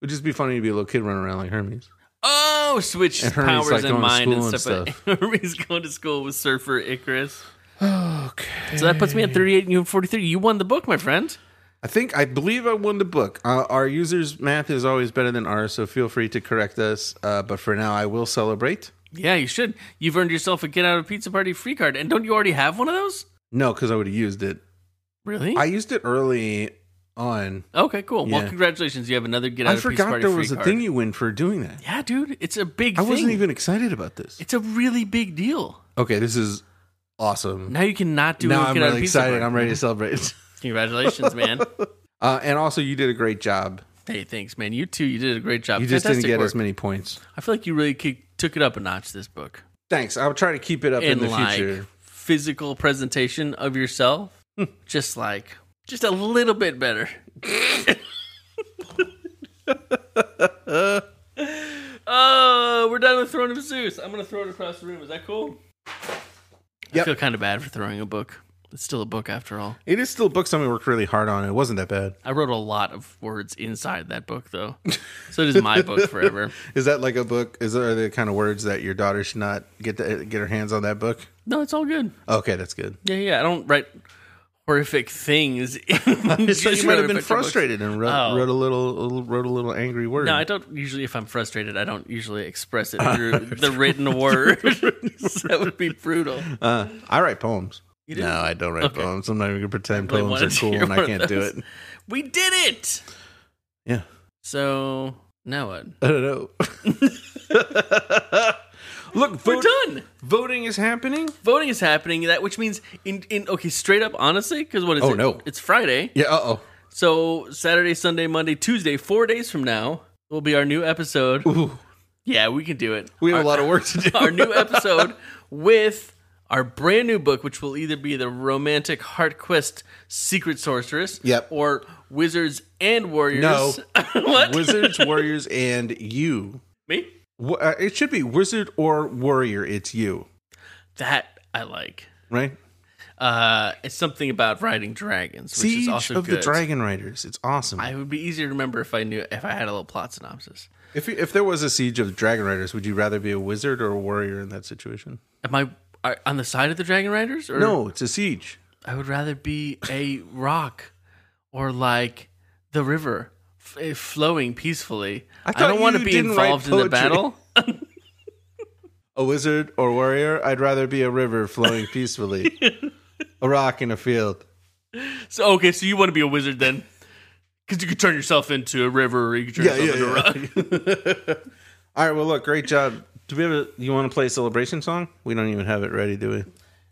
Speaker 2: would just be funny to be a little kid running around like Hermes.
Speaker 3: Oh, switch
Speaker 2: And Hermes,
Speaker 3: powers
Speaker 2: like,
Speaker 3: and
Speaker 2: going to
Speaker 3: mind and
Speaker 2: school and
Speaker 3: stuff. [laughs] Hermes going to school with Surfer Icarus. Okay. So that puts me at 38 and you have 43. You won the book, my friend.
Speaker 2: I think I believe I won the book. Uh, our users' math is always better than ours, so feel free to correct us. Uh, but for now, I will celebrate.
Speaker 3: Yeah, you should. You've earned yourself a get out of pizza party free card. And don't you already have one of those?
Speaker 2: No, because I would have used it.
Speaker 3: Really?
Speaker 2: I used it early on.
Speaker 3: okay, cool. Well,
Speaker 2: Yeah.
Speaker 3: congratulations. You have another get out
Speaker 2: I
Speaker 3: of pizza
Speaker 2: forgot
Speaker 3: party
Speaker 2: there
Speaker 3: free
Speaker 2: was a
Speaker 3: card.
Speaker 2: thing you win for doing that.
Speaker 3: yeah, dude. It's a big
Speaker 2: I
Speaker 3: thing.
Speaker 2: wasn't even excited about this.
Speaker 3: It's a really big deal.
Speaker 2: Okay, this is awesome.
Speaker 3: Now you cannot do
Speaker 2: now
Speaker 3: a
Speaker 2: I'm
Speaker 3: get out of
Speaker 2: really
Speaker 3: pizza
Speaker 2: excited.
Speaker 3: party.
Speaker 2: I'm ready to celebrate. [laughs]
Speaker 3: Congratulations, man.
Speaker 2: Uh, and also, you did a great job.
Speaker 3: hey, thanks, man. You too. You did a great job.
Speaker 2: You just
Speaker 3: Fantastic
Speaker 2: didn't get
Speaker 3: work.
Speaker 2: as many points.
Speaker 3: I feel like you really kick, took it up a notch this book.
Speaker 2: Thanks. I'll try to keep it up in,
Speaker 3: in,
Speaker 2: the
Speaker 3: like
Speaker 2: future.
Speaker 3: physical presentation
Speaker 2: [laughs]
Speaker 3: of yourself, just like just a little bit better. oh, we're done with Throne of Zeus. I'm gonna throw it across the room. Is that cool? I
Speaker 2: Yep.
Speaker 3: feel kind of bad for throwing a book. It's still a book after all.
Speaker 2: It is still a book something we worked really hard on. It wasn't that bad.
Speaker 3: I wrote a lot of words inside that book,
Speaker 2: [laughs]
Speaker 3: though, so it is my book forever.
Speaker 2: Is that like a book? Is there the kind of words that your daughter should not get to, get her hands on that book?
Speaker 3: No, it's all good.
Speaker 2: Okay, that's good.
Speaker 3: Yeah, yeah. I don't write
Speaker 2: [laughs]
Speaker 3: horrific things.
Speaker 2: So you might have been frustrated and wrote,
Speaker 3: Oh.
Speaker 2: wrote a little wrote a little angry word.
Speaker 3: No, I don't usually. If I'm frustrated, I don't usually
Speaker 2: [laughs]
Speaker 3: express it through the written word. [laughs] that would be brutal.
Speaker 2: Uh, I write poems.
Speaker 3: do?
Speaker 2: No, I don't write
Speaker 3: Okay.
Speaker 2: poems. I'm not even gonna pretend
Speaker 3: really
Speaker 2: poems
Speaker 3: wanted
Speaker 2: are
Speaker 3: to
Speaker 2: cool, [laughs]
Speaker 3: hear
Speaker 2: and I
Speaker 3: one of
Speaker 2: can't do
Speaker 3: those.
Speaker 2: it.
Speaker 3: We did it.
Speaker 2: Yeah,
Speaker 3: So now what?
Speaker 2: I don't [laughs] know. Look,
Speaker 3: We're
Speaker 2: vote,
Speaker 3: done.
Speaker 2: voting is happening.
Speaker 3: Voting is happening. That which means in in okay, straight up, honestly, because what is
Speaker 2: Oh,
Speaker 3: it?
Speaker 2: no.
Speaker 3: it's Friday.
Speaker 2: Yeah. Uh
Speaker 3: So Saturday, Sunday, Monday, Tuesday, four days from now will be our new episode.
Speaker 2: oh.
Speaker 3: Yeah, we can do it.
Speaker 2: We have
Speaker 3: Our-
Speaker 2: a lot of work to [laughs] do.
Speaker 3: our new episode with our brand new book, which will either be the Romantic Heart Quest Secret Sorceress,
Speaker 2: Yep.
Speaker 3: or Wizards and Warriors.
Speaker 2: No.
Speaker 3: [laughs] what?
Speaker 2: Wizards, warriors, and you.
Speaker 3: Me?
Speaker 2: Wh- uh, It should be wizard or warrior. It's you,
Speaker 3: That I like.
Speaker 2: right?
Speaker 3: Uh, it's something about riding dragons, which
Speaker 2: Siege
Speaker 3: is also
Speaker 2: of
Speaker 3: good.
Speaker 2: the Dragon Riders. It's awesome.
Speaker 3: I would be easier to remember if I knew if I had a little plot synopsis.
Speaker 2: if you, if there was a siege of Dragon Riders, would you rather be a wizard or a warrior in that situation?
Speaker 3: Am I are, on the side of the dragon riders? Or
Speaker 2: No, it's a siege.
Speaker 3: I would rather be a rock or like the river f- eh, flowing peacefully.
Speaker 2: I
Speaker 3: I,
Speaker 2: thought
Speaker 3: don't want to
Speaker 2: you
Speaker 3: be
Speaker 2: didn't write
Speaker 3: involved in the
Speaker 2: poetry. [laughs]
Speaker 3: battle.
Speaker 2: A wizard or warrior, I'd rather be a river flowing [laughs] peacefully. a rock in a field.
Speaker 3: So okay, so you want to be a wizard then? Because you could turn yourself into a river, or you could turn
Speaker 2: Yeah,
Speaker 3: yourself
Speaker 2: yeah,
Speaker 3: into a rock.
Speaker 2: [laughs] All right, well, look, great job. Do we have a, you want to play a celebration song? We don't even have it ready, do we?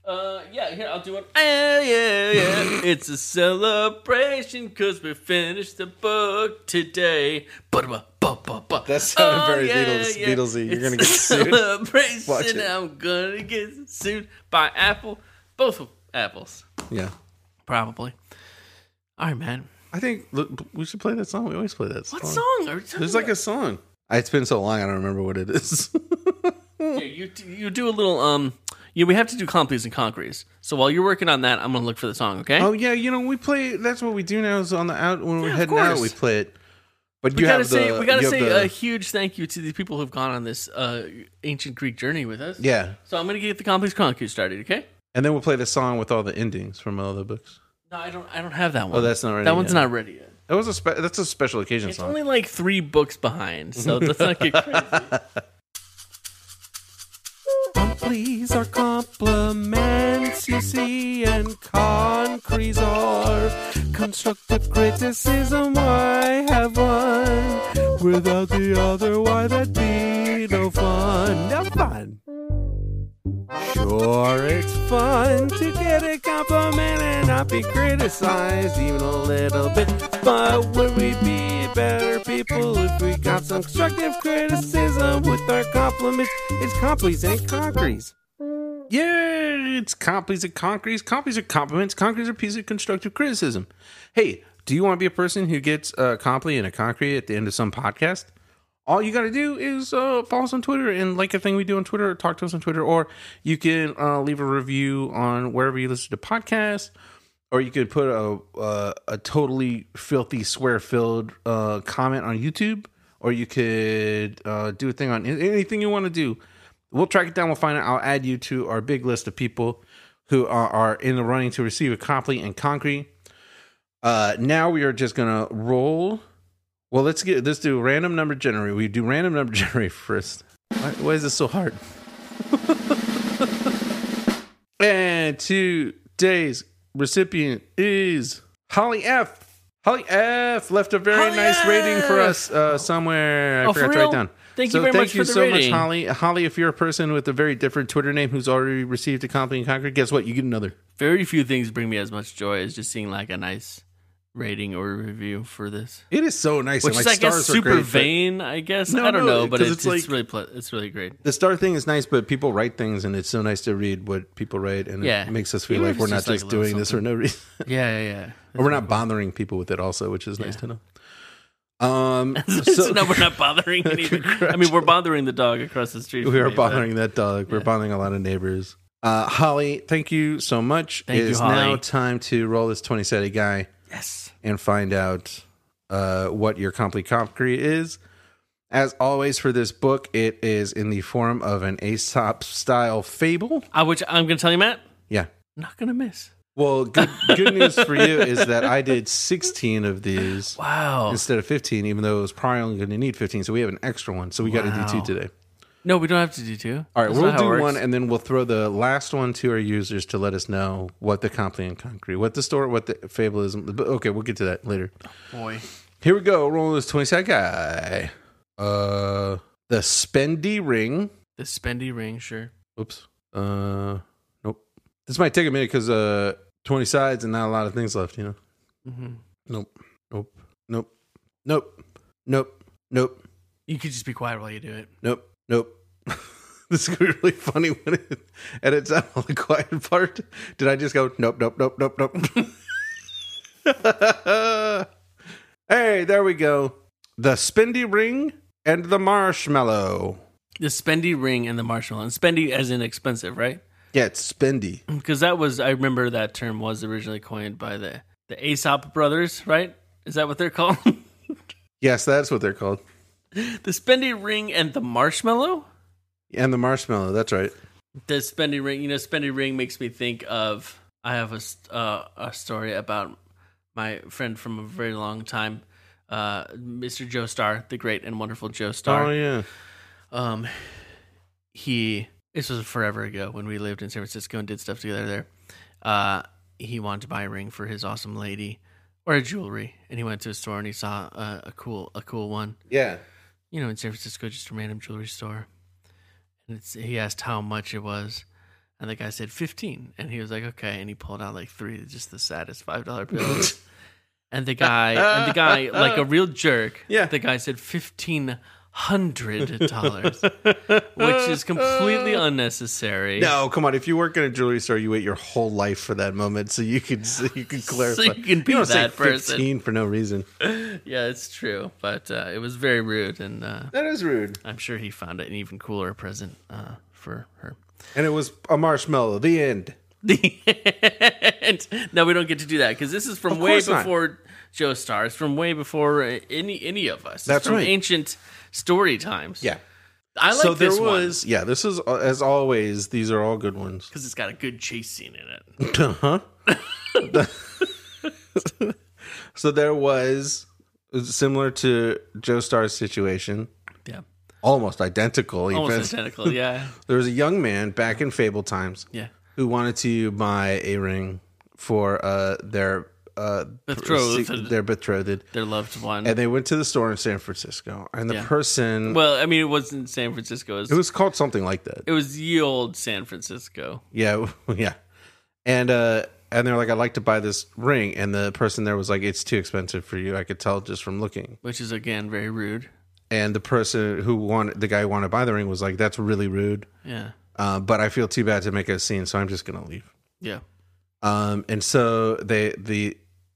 Speaker 3: Uh, yeah, here I'll do one. Yeah, yeah, yeah. it's a celebration because we finished the book today. Ba-da-ba, ba-ba-ba. Oh,
Speaker 2: That sounded very Beatles- Beatlesy. You're gonna get
Speaker 3: a
Speaker 2: sued.
Speaker 3: Celebration.
Speaker 2: Watch it.
Speaker 3: I'm gonna get sued by Apple. Both apples,
Speaker 2: Yeah.
Speaker 3: probably. All right, man.
Speaker 2: I think look, we should play that song. We always play that song.
Speaker 3: What song are we talking
Speaker 2: There's like a
Speaker 3: about?
Speaker 2: song. It's been so long, I don't remember what it is. [laughs]
Speaker 3: Here, you you do a little um. Yeah, we have to do Complees and Conqueries. So while you're working on that, I'm gonna look for the song. Okay.
Speaker 2: oh yeah, you know we play. That's what we do now. Is on the out when we're
Speaker 3: Yeah, of
Speaker 2: heading out,
Speaker 3: course.
Speaker 2: we play it. But
Speaker 3: we
Speaker 2: you
Speaker 3: gotta
Speaker 2: have
Speaker 3: say
Speaker 2: the,
Speaker 3: we gotta
Speaker 2: you have
Speaker 3: say
Speaker 2: the-
Speaker 3: a huge thank you to these people who've gone on this uh, ancient Greek journey with us.
Speaker 2: yeah,
Speaker 3: So I'm gonna get the complex conquest started. Okay.
Speaker 2: and then we'll play the song with all the endings from all the books.
Speaker 3: No, I don't. I don't have that one.
Speaker 2: Oh, that's not ready
Speaker 3: That one's
Speaker 2: yet.
Speaker 3: not ready yet.
Speaker 2: That was a spe- that's a special occasion
Speaker 3: It's
Speaker 2: song.
Speaker 3: only like three books
Speaker 2: [laughs]
Speaker 3: behind, so let's not get crazy.
Speaker 2: Please are compliments, you see, and concretes are constructive criticism. I have one without the other, why that'd be no fun. No fun. Sure, it's fun to get a compliment and not be criticized even a little bit. But would we be better people if we got some constructive criticism with our compliments? It's complies and concretes. Yeah, it's complies and concretes. Complies are compliments. Concretes are pieces of constructive criticism. Hey, do you want to be a person who gets a compli and a concrete at the end of some podcast? all you got to do is uh, follow us on Twitter and like a thing we do on Twitter, or talk to us on Twitter, or you can uh, leave a review on wherever you listen to podcasts, or you could put a uh, a totally filthy swear filled uh, comment on YouTube, or you could uh, do a thing on anything you want to do. We'll track it down. We'll find out. I'll add you to our big list of people who are, are in the running to receive a complete and concrete. Uh, now we are just gonna roll well, let's get let's do random number generator. We do random number [laughs] generator first. Why, why is this so hard? [laughs] and today's recipient is Holly F. Holly F. left a very
Speaker 3: Holly
Speaker 2: nice rating for
Speaker 3: F.
Speaker 2: us uh, somewhere. I
Speaker 3: Oh, for
Speaker 2: forgot to write
Speaker 3: real?
Speaker 2: down.
Speaker 3: Thank you
Speaker 2: so
Speaker 3: very
Speaker 2: thank
Speaker 3: much
Speaker 2: you
Speaker 3: for the
Speaker 2: so
Speaker 3: rating.
Speaker 2: much, Holly. Holly, if you're a person with a very different Twitter name who's already received a compliment and conquered, guess what? You get another.
Speaker 3: Very few things bring me as much joy as just seeing like a nice rating or review for this,
Speaker 2: It is so nice.
Speaker 3: which
Speaker 2: and,
Speaker 3: is
Speaker 2: like,
Speaker 3: I guess
Speaker 2: stars are
Speaker 3: super
Speaker 2: great, but-
Speaker 3: vain. I guess
Speaker 2: No,
Speaker 3: I don't
Speaker 2: no,
Speaker 3: know, but
Speaker 2: 'cause
Speaker 3: it's,
Speaker 2: it's
Speaker 3: it's,
Speaker 2: like-
Speaker 3: really ple- it's really
Speaker 2: [laughs]
Speaker 3: great.
Speaker 2: the star thing is nice, but people write things, and it's so nice to read what people write, and
Speaker 3: Yeah.
Speaker 2: it makes us feel
Speaker 3: Even
Speaker 2: like
Speaker 3: if
Speaker 2: we're
Speaker 3: it's
Speaker 2: not
Speaker 3: just
Speaker 2: just,
Speaker 3: like a little
Speaker 2: doing this for no reason, [laughs]
Speaker 3: Yeah, yeah,
Speaker 2: or we're not
Speaker 3: [laughs]
Speaker 2: bothering people with it also, which is nice to know. Um,
Speaker 3: yeah. [laughs] So,
Speaker 2: so
Speaker 3: no, we're not bothering anything. I mean, we're bothering the dog across the
Speaker 2: [laughs]
Speaker 3: street.
Speaker 2: we
Speaker 3: from
Speaker 2: are
Speaker 3: me, but-
Speaker 2: bothering that dog. We're bothering a lot of neighbors. Uh, Holly, thank you so much.
Speaker 3: Thank
Speaker 2: it
Speaker 3: you,
Speaker 2: is
Speaker 3: Holly.
Speaker 2: now time to roll this twenty sided guy
Speaker 3: Yes.
Speaker 2: and find out uh, what your complete concrete is. As always, for this book, it is in the form of an Aesop style fable.
Speaker 3: I, Uh, which I'm gonna tell you, Matt.
Speaker 2: Yeah.
Speaker 3: Not gonna miss.
Speaker 2: Well, good good news for [laughs] you is that I did 16 of these
Speaker 3: Wow.
Speaker 2: instead of 15, even though it was probably only going to need 15. So we have an extra one. So we got to do
Speaker 3: Wow.
Speaker 2: two today.
Speaker 3: No, we don't have to do two.
Speaker 2: All right,
Speaker 3: That's
Speaker 2: we'll
Speaker 3: not how it
Speaker 2: do
Speaker 3: works.
Speaker 2: one, and then we'll throw the last one to our users to let us know what the compliment concrete, what the story, what the fable is. But okay, we'll get to that later.
Speaker 3: Boy.
Speaker 2: Here we go. Rolling this 20 side guy. Uh, the spendy ring.
Speaker 3: The spendy ring, sure.
Speaker 2: Oops. Uh, nope. This might take a minute because uh, 20 sides and not a lot of things left, you know?
Speaker 3: hmm
Speaker 2: Nope. Nope. Nope. Nope. Nope. Nope.
Speaker 3: You could just be quiet while you do it.
Speaker 2: Nope. Nope. [laughs] this is gonna be really funny when it edits out all the quiet part. Did I just go nope, nope, nope, nope, [laughs] nope? hey, there we go. The spindy ring and the marshmallow.
Speaker 3: The spendy ring and the marshmallow. And spendy as in expensive, right? [clears throat]
Speaker 2: Yeah, it's spendy.
Speaker 3: Because that was, I remember that term was originally coined by the, the Aesop brothers, right? Is that what they're called? [laughs]
Speaker 2: Yes, that's what they're called.
Speaker 3: the spendy ring and the marshmallow?
Speaker 2: And the marshmallow, that's right.
Speaker 3: The spendy ring, you know, spendy ring makes me think of, I have a, st- uh, a story about my friend from a very long time uh, Mr. Joe Star, the great and wonderful Joe Star.
Speaker 2: Oh yeah.
Speaker 3: Um, he this was forever ago when we lived in San Francisco and did stuff together there. Uh, he wanted to buy a ring for his awesome lady or a jewelry, and he went to a store and he saw a, a cool a cool one.
Speaker 2: Yeah.
Speaker 3: You know, in San Francisco, just a random jewelry store. And it's, he asked how much it was, and the guy said fifteen, and he was like, okay, and he pulled out like three, just the saddest
Speaker 2: [laughs]
Speaker 3: five dollar bills. And the guy, and the guy, like a real jerk.
Speaker 2: Yeah.
Speaker 3: The guy said fifteen hundred dollars, which
Speaker 2: [laughs]
Speaker 3: is completely unnecessary.
Speaker 2: No, come on. If you work in a jewelry store, you wait your whole life for that moment, so you could so you
Speaker 3: [laughs]
Speaker 2: could clarify.
Speaker 3: you can be
Speaker 2: don't say
Speaker 3: that person.
Speaker 2: 15 for no reason.
Speaker 3: Yeah, it's true, but uh, it was very rude, and uh,
Speaker 2: That is rude.
Speaker 3: I'm sure he found it an even cooler present uh, for her.
Speaker 2: And it was a marshmallow. The end.
Speaker 3: [laughs] The end. No, we don't get to do that because this is from
Speaker 2: Of
Speaker 3: way
Speaker 2: course not.
Speaker 3: before Joe Star. It's from way before uh, any any of us. It's
Speaker 2: That's
Speaker 3: from
Speaker 2: right.
Speaker 3: Ancient story times.
Speaker 2: Yeah.
Speaker 3: I like
Speaker 2: so there
Speaker 3: this
Speaker 2: was. Yeah. This is uh, as always. These are all good ones.
Speaker 3: because it's got a good chase scene in it.
Speaker 2: Huh? so there was similar to Joe Star's situation,
Speaker 3: Yeah,
Speaker 2: almost identical.
Speaker 3: almost
Speaker 2: even. [laughs]
Speaker 3: identical. Yeah,
Speaker 2: There was a young man back in Fable times
Speaker 3: yeah.
Speaker 2: who wanted to buy a ring for uh, their uh,
Speaker 3: Betrothed.
Speaker 2: their betrothed,
Speaker 3: Their loved one.
Speaker 2: and they went to the store in San Francisco, and the
Speaker 3: Yeah.
Speaker 2: person
Speaker 3: well, I mean, it wasn't San Francisco. It was,
Speaker 2: it was called something like that.
Speaker 3: it was ye old San Francisco.
Speaker 2: Yeah, [laughs] yeah, and uh, and they're like, I'd like to buy this ring, and the person there was like, It's too expensive for you. I could tell just from looking.
Speaker 3: which is again very rude.
Speaker 2: And the person who wanted the guy who wanted to buy the ring was like, That's really rude,
Speaker 3: Yeah,
Speaker 2: uh, but I feel too bad to make a scene, so I'm just gonna leave.
Speaker 3: yeah,
Speaker 2: um, and so they the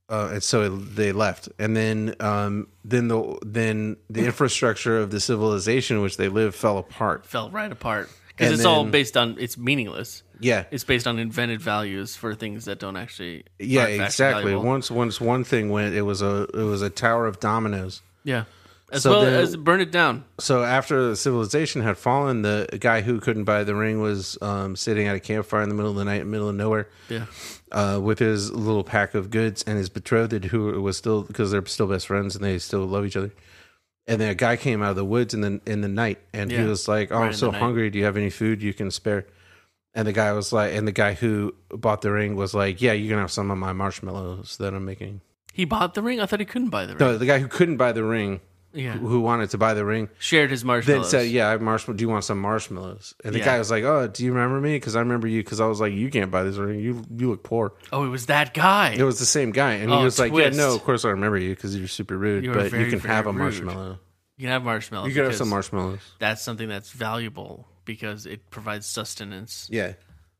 Speaker 2: uh, and so they left, and then um, then the then the infrastructure of the civilization in which they live fell apart.
Speaker 3: fell right apart because
Speaker 2: And
Speaker 3: it's all
Speaker 2: then-
Speaker 3: based on it's meaningless.
Speaker 2: Yeah,
Speaker 3: It's based on invented values for things that don't actually.
Speaker 2: yeah,
Speaker 3: aren't actually
Speaker 2: exactly.
Speaker 3: valuable.
Speaker 2: Once once one thing went, it was a it was a tower of dominoes.
Speaker 3: yeah, as
Speaker 2: So
Speaker 3: well
Speaker 2: then-
Speaker 3: as burn it down.
Speaker 2: So after the civilization had fallen, the guy who couldn't buy the ring was um, sitting at a campfire in the middle of the night, in the middle of nowhere,
Speaker 3: Yeah,
Speaker 2: uh, with his little pack of goods and his betrothed, who was still because they're still best friends and they still love each other. And then a guy came out of the woods in the in the night, and he
Speaker 3: Yeah.
Speaker 2: was like, "Oh,
Speaker 3: Right
Speaker 2: I'm
Speaker 3: in
Speaker 2: so
Speaker 3: the night.
Speaker 2: hungry. Do you have any food you can spare?" And the guy was like, and the guy who bought the ring was like, "Yeah, you can have some of my marshmallows that I'm making."
Speaker 3: he bought the ring. I thought he couldn't buy the ring.
Speaker 2: No, the guy who couldn't buy the ring,
Speaker 3: yeah,
Speaker 2: who wanted to buy the ring,
Speaker 3: shared his
Speaker 2: then
Speaker 3: marshmallows.
Speaker 2: said, "Yeah, I have marshmallow. Do you want some marshmallows?" And the
Speaker 3: Yeah.
Speaker 2: guy was like, "Oh, do you remember me? Because I remember you. Because I was like, you can't buy this ring. You you look poor."
Speaker 3: Oh, it was that guy.
Speaker 2: It was the same guy, and
Speaker 3: Oh,
Speaker 2: he was like, "Yeah,
Speaker 3: twist.
Speaker 2: no, of course I remember you because you're super rude,
Speaker 3: You were
Speaker 2: but
Speaker 3: very,
Speaker 2: you can
Speaker 3: very
Speaker 2: have a
Speaker 3: rude.
Speaker 2: marshmallow.
Speaker 3: you can have marshmallows.
Speaker 2: You can have
Speaker 3: because
Speaker 2: some marshmallows."
Speaker 3: That's something that's valuable because it provides sustenance.
Speaker 2: Yeah.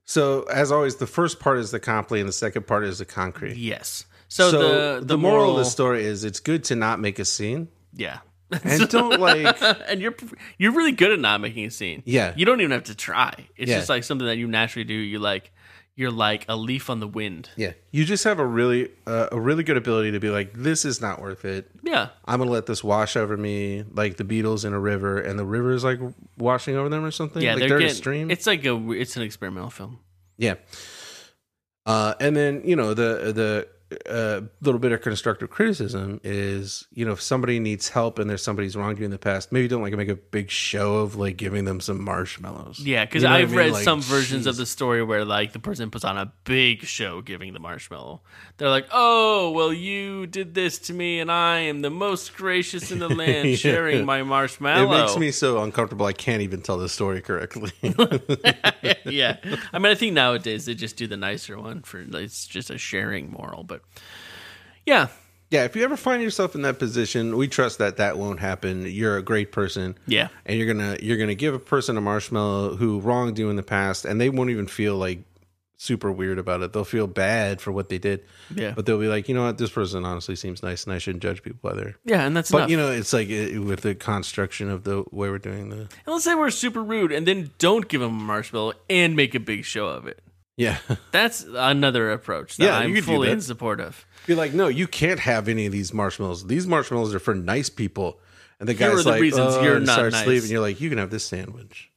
Speaker 2: So as always, the first part is the comply, and the second part is the concrete.
Speaker 3: Yes. So, the the,
Speaker 2: moral, of the story is it's good to not make a
Speaker 3: [laughs]
Speaker 2: scene
Speaker 3: Yeah.
Speaker 2: and don't like
Speaker 3: and you're you're really good at not making a scene.
Speaker 2: Yeah.
Speaker 3: you don't even have to try. It's
Speaker 2: Yeah.
Speaker 3: just like something that you naturally do. You like you're like a leaf on the wind.
Speaker 2: yeah. You just have a really uh, a really good ability to be like, this is not worth it.
Speaker 3: Yeah,
Speaker 2: I'm gonna let this wash over me like the Beatles in a river, and the river is like washing over them or something.
Speaker 3: yeah.
Speaker 2: like
Speaker 3: they're
Speaker 2: in a
Speaker 3: getting, It's like a it's an experimental film.
Speaker 2: Yeah. Uh, and then you know the the uh, little bit of constructive criticism is you know if somebody needs help and there's somebody's wronged you in the past, maybe don't like make a big show of like giving them some marshmallows.
Speaker 3: Yeah, because
Speaker 2: You know what I
Speaker 3: I've
Speaker 2: mean?
Speaker 3: read
Speaker 2: Like,
Speaker 3: some versions of
Speaker 2: jeez.
Speaker 3: the story where like the person puts on a big show giving the marshmallow. They're like, "Oh, well, you did this to me, and I am the most
Speaker 2: [laughs]
Speaker 3: gracious in the land,
Speaker 2: Yeah.
Speaker 3: sharing my
Speaker 2: It
Speaker 3: marshmallow."
Speaker 2: [laughs] makes me so uncomfortable. I can't even tell the story correctly. [laughs]
Speaker 3: yeah. I mean, I think nowadays they just do the nicer one for it's just a sharing moral, but yeah,
Speaker 2: yeah, if you ever find yourself in that position, we trust that that won't happen. You're a great person.
Speaker 3: yeah,
Speaker 2: and you're gonna you're gonna give a person a marshmallow who wronged you in the past and they won't even feel like super weird about it they'll feel bad for what they did
Speaker 3: yeah,
Speaker 2: but they'll be like you know what this person honestly seems nice and i shouldn't judge people by their
Speaker 3: yeah, and that's
Speaker 2: but
Speaker 3: enough.
Speaker 2: you know it's like it, with the construction of the way we're doing the [laughs]
Speaker 3: and let's say we're super rude, and then don't give them a marshmallow and make a big show of it.
Speaker 2: yeah
Speaker 3: That's another approach that
Speaker 2: Yeah, you
Speaker 3: I'm
Speaker 2: could do
Speaker 3: fully
Speaker 2: that.
Speaker 3: in support of.
Speaker 2: be like no you can't have any of these marshmallows these marshmallows are for nice people and the
Speaker 3: Here
Speaker 2: guy's
Speaker 3: are
Speaker 2: like
Speaker 3: the
Speaker 2: "Oh,"
Speaker 3: reasons you're
Speaker 2: and
Speaker 3: not
Speaker 2: starts
Speaker 3: nice.
Speaker 2: leaving you're like you can have this sandwich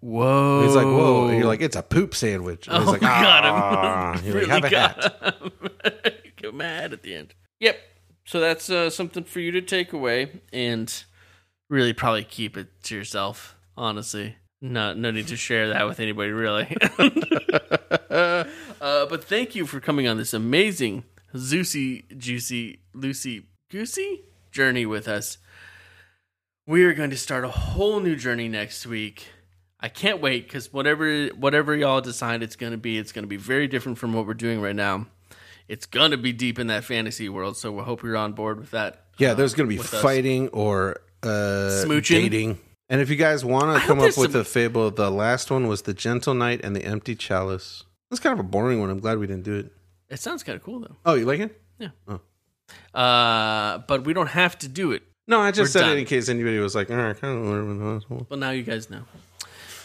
Speaker 3: Whoa!
Speaker 2: And he's like whoa and you're like it's a poop sandwich and
Speaker 3: oh
Speaker 2: he's like
Speaker 3: my god,
Speaker 2: ah.
Speaker 3: I'm [laughs]
Speaker 2: You're
Speaker 3: really [laughs]
Speaker 2: like, have a hat
Speaker 3: got him. Get mad at the end. Yep, So that's uh, something for you to take away and really probably keep it to yourself. Honestly, no, no need to share that with anybody really. [laughs] uh, but thank you for coming on this amazing Zeusy, Juicy, Lucy, Goosey journey with us. We are going to start a whole new journey next week. I can't wait because whatever whatever y'all decide it's going to be, it's going to be very different from what we're doing right now. It's going to be deep in that fantasy world, so we hope you're on board with that.
Speaker 2: Yeah, there's going to be
Speaker 3: with us.
Speaker 2: fighting or uh,
Speaker 3: Smooching?
Speaker 2: dating. And if you guys want to come up
Speaker 3: there's
Speaker 2: with
Speaker 3: some-
Speaker 2: a fable, the last one was the Gentle Knight and the Empty Chalice. That's kind of a boring one. I'm glad we didn't do it.
Speaker 3: It sounds kind of cool though.
Speaker 2: Oh, you like it?
Speaker 3: Uh, but we don't have to do it.
Speaker 2: No, I just
Speaker 3: We're
Speaker 2: said
Speaker 3: done.
Speaker 2: it in case anybody was like, "Eh, I kind of wonder when the last one.
Speaker 3: Well, now you guys know,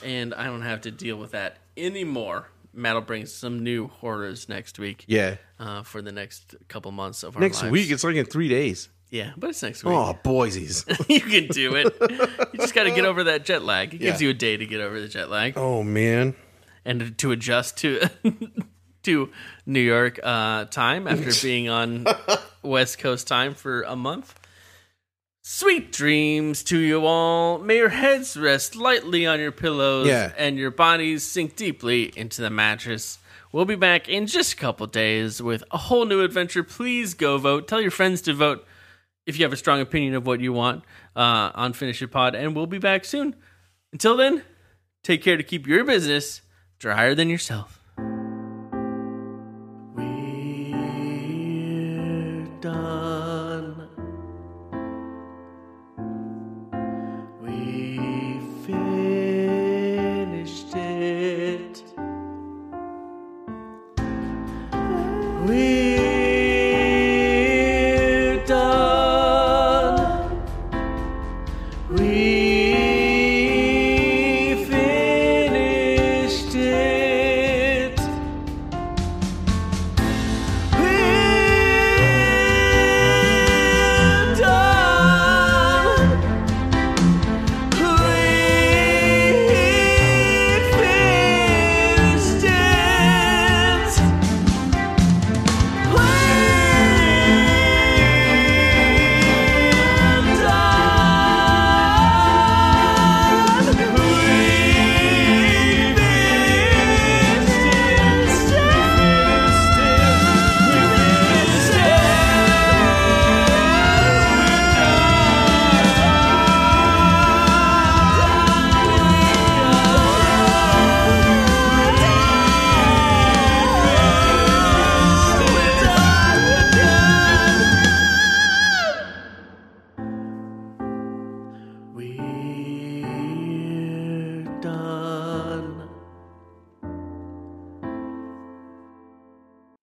Speaker 3: and I don't have to deal with that anymore. Matt'll bring some new horrors next week.
Speaker 2: Yeah,
Speaker 3: Uh, for the next couple months of our
Speaker 2: next
Speaker 3: lives.
Speaker 2: week. It's like in three days.
Speaker 3: yeah, but it's next week. [laughs]
Speaker 2: Oh, boysies.
Speaker 3: you can do it. You just got to get over that jet lag. It gives
Speaker 2: Yeah.
Speaker 3: you a day to get over the jet lag
Speaker 2: [laughs] oh man.
Speaker 3: and to adjust to [laughs] to New York uh, time after being on West Coast time for a month. Sweet dreams to you all. May your heads rest lightly on your pillows
Speaker 2: Yeah.
Speaker 3: and your bodies sink deeply into the mattress. We'll be back in just a couple days with a whole new adventure. Please go vote. Tell your friends to vote if you have a strong opinion of what you want uh, on Finish It Pod, and we'll be back soon. Until then, take care to keep your business drier than yourself. We're done. We finished it. We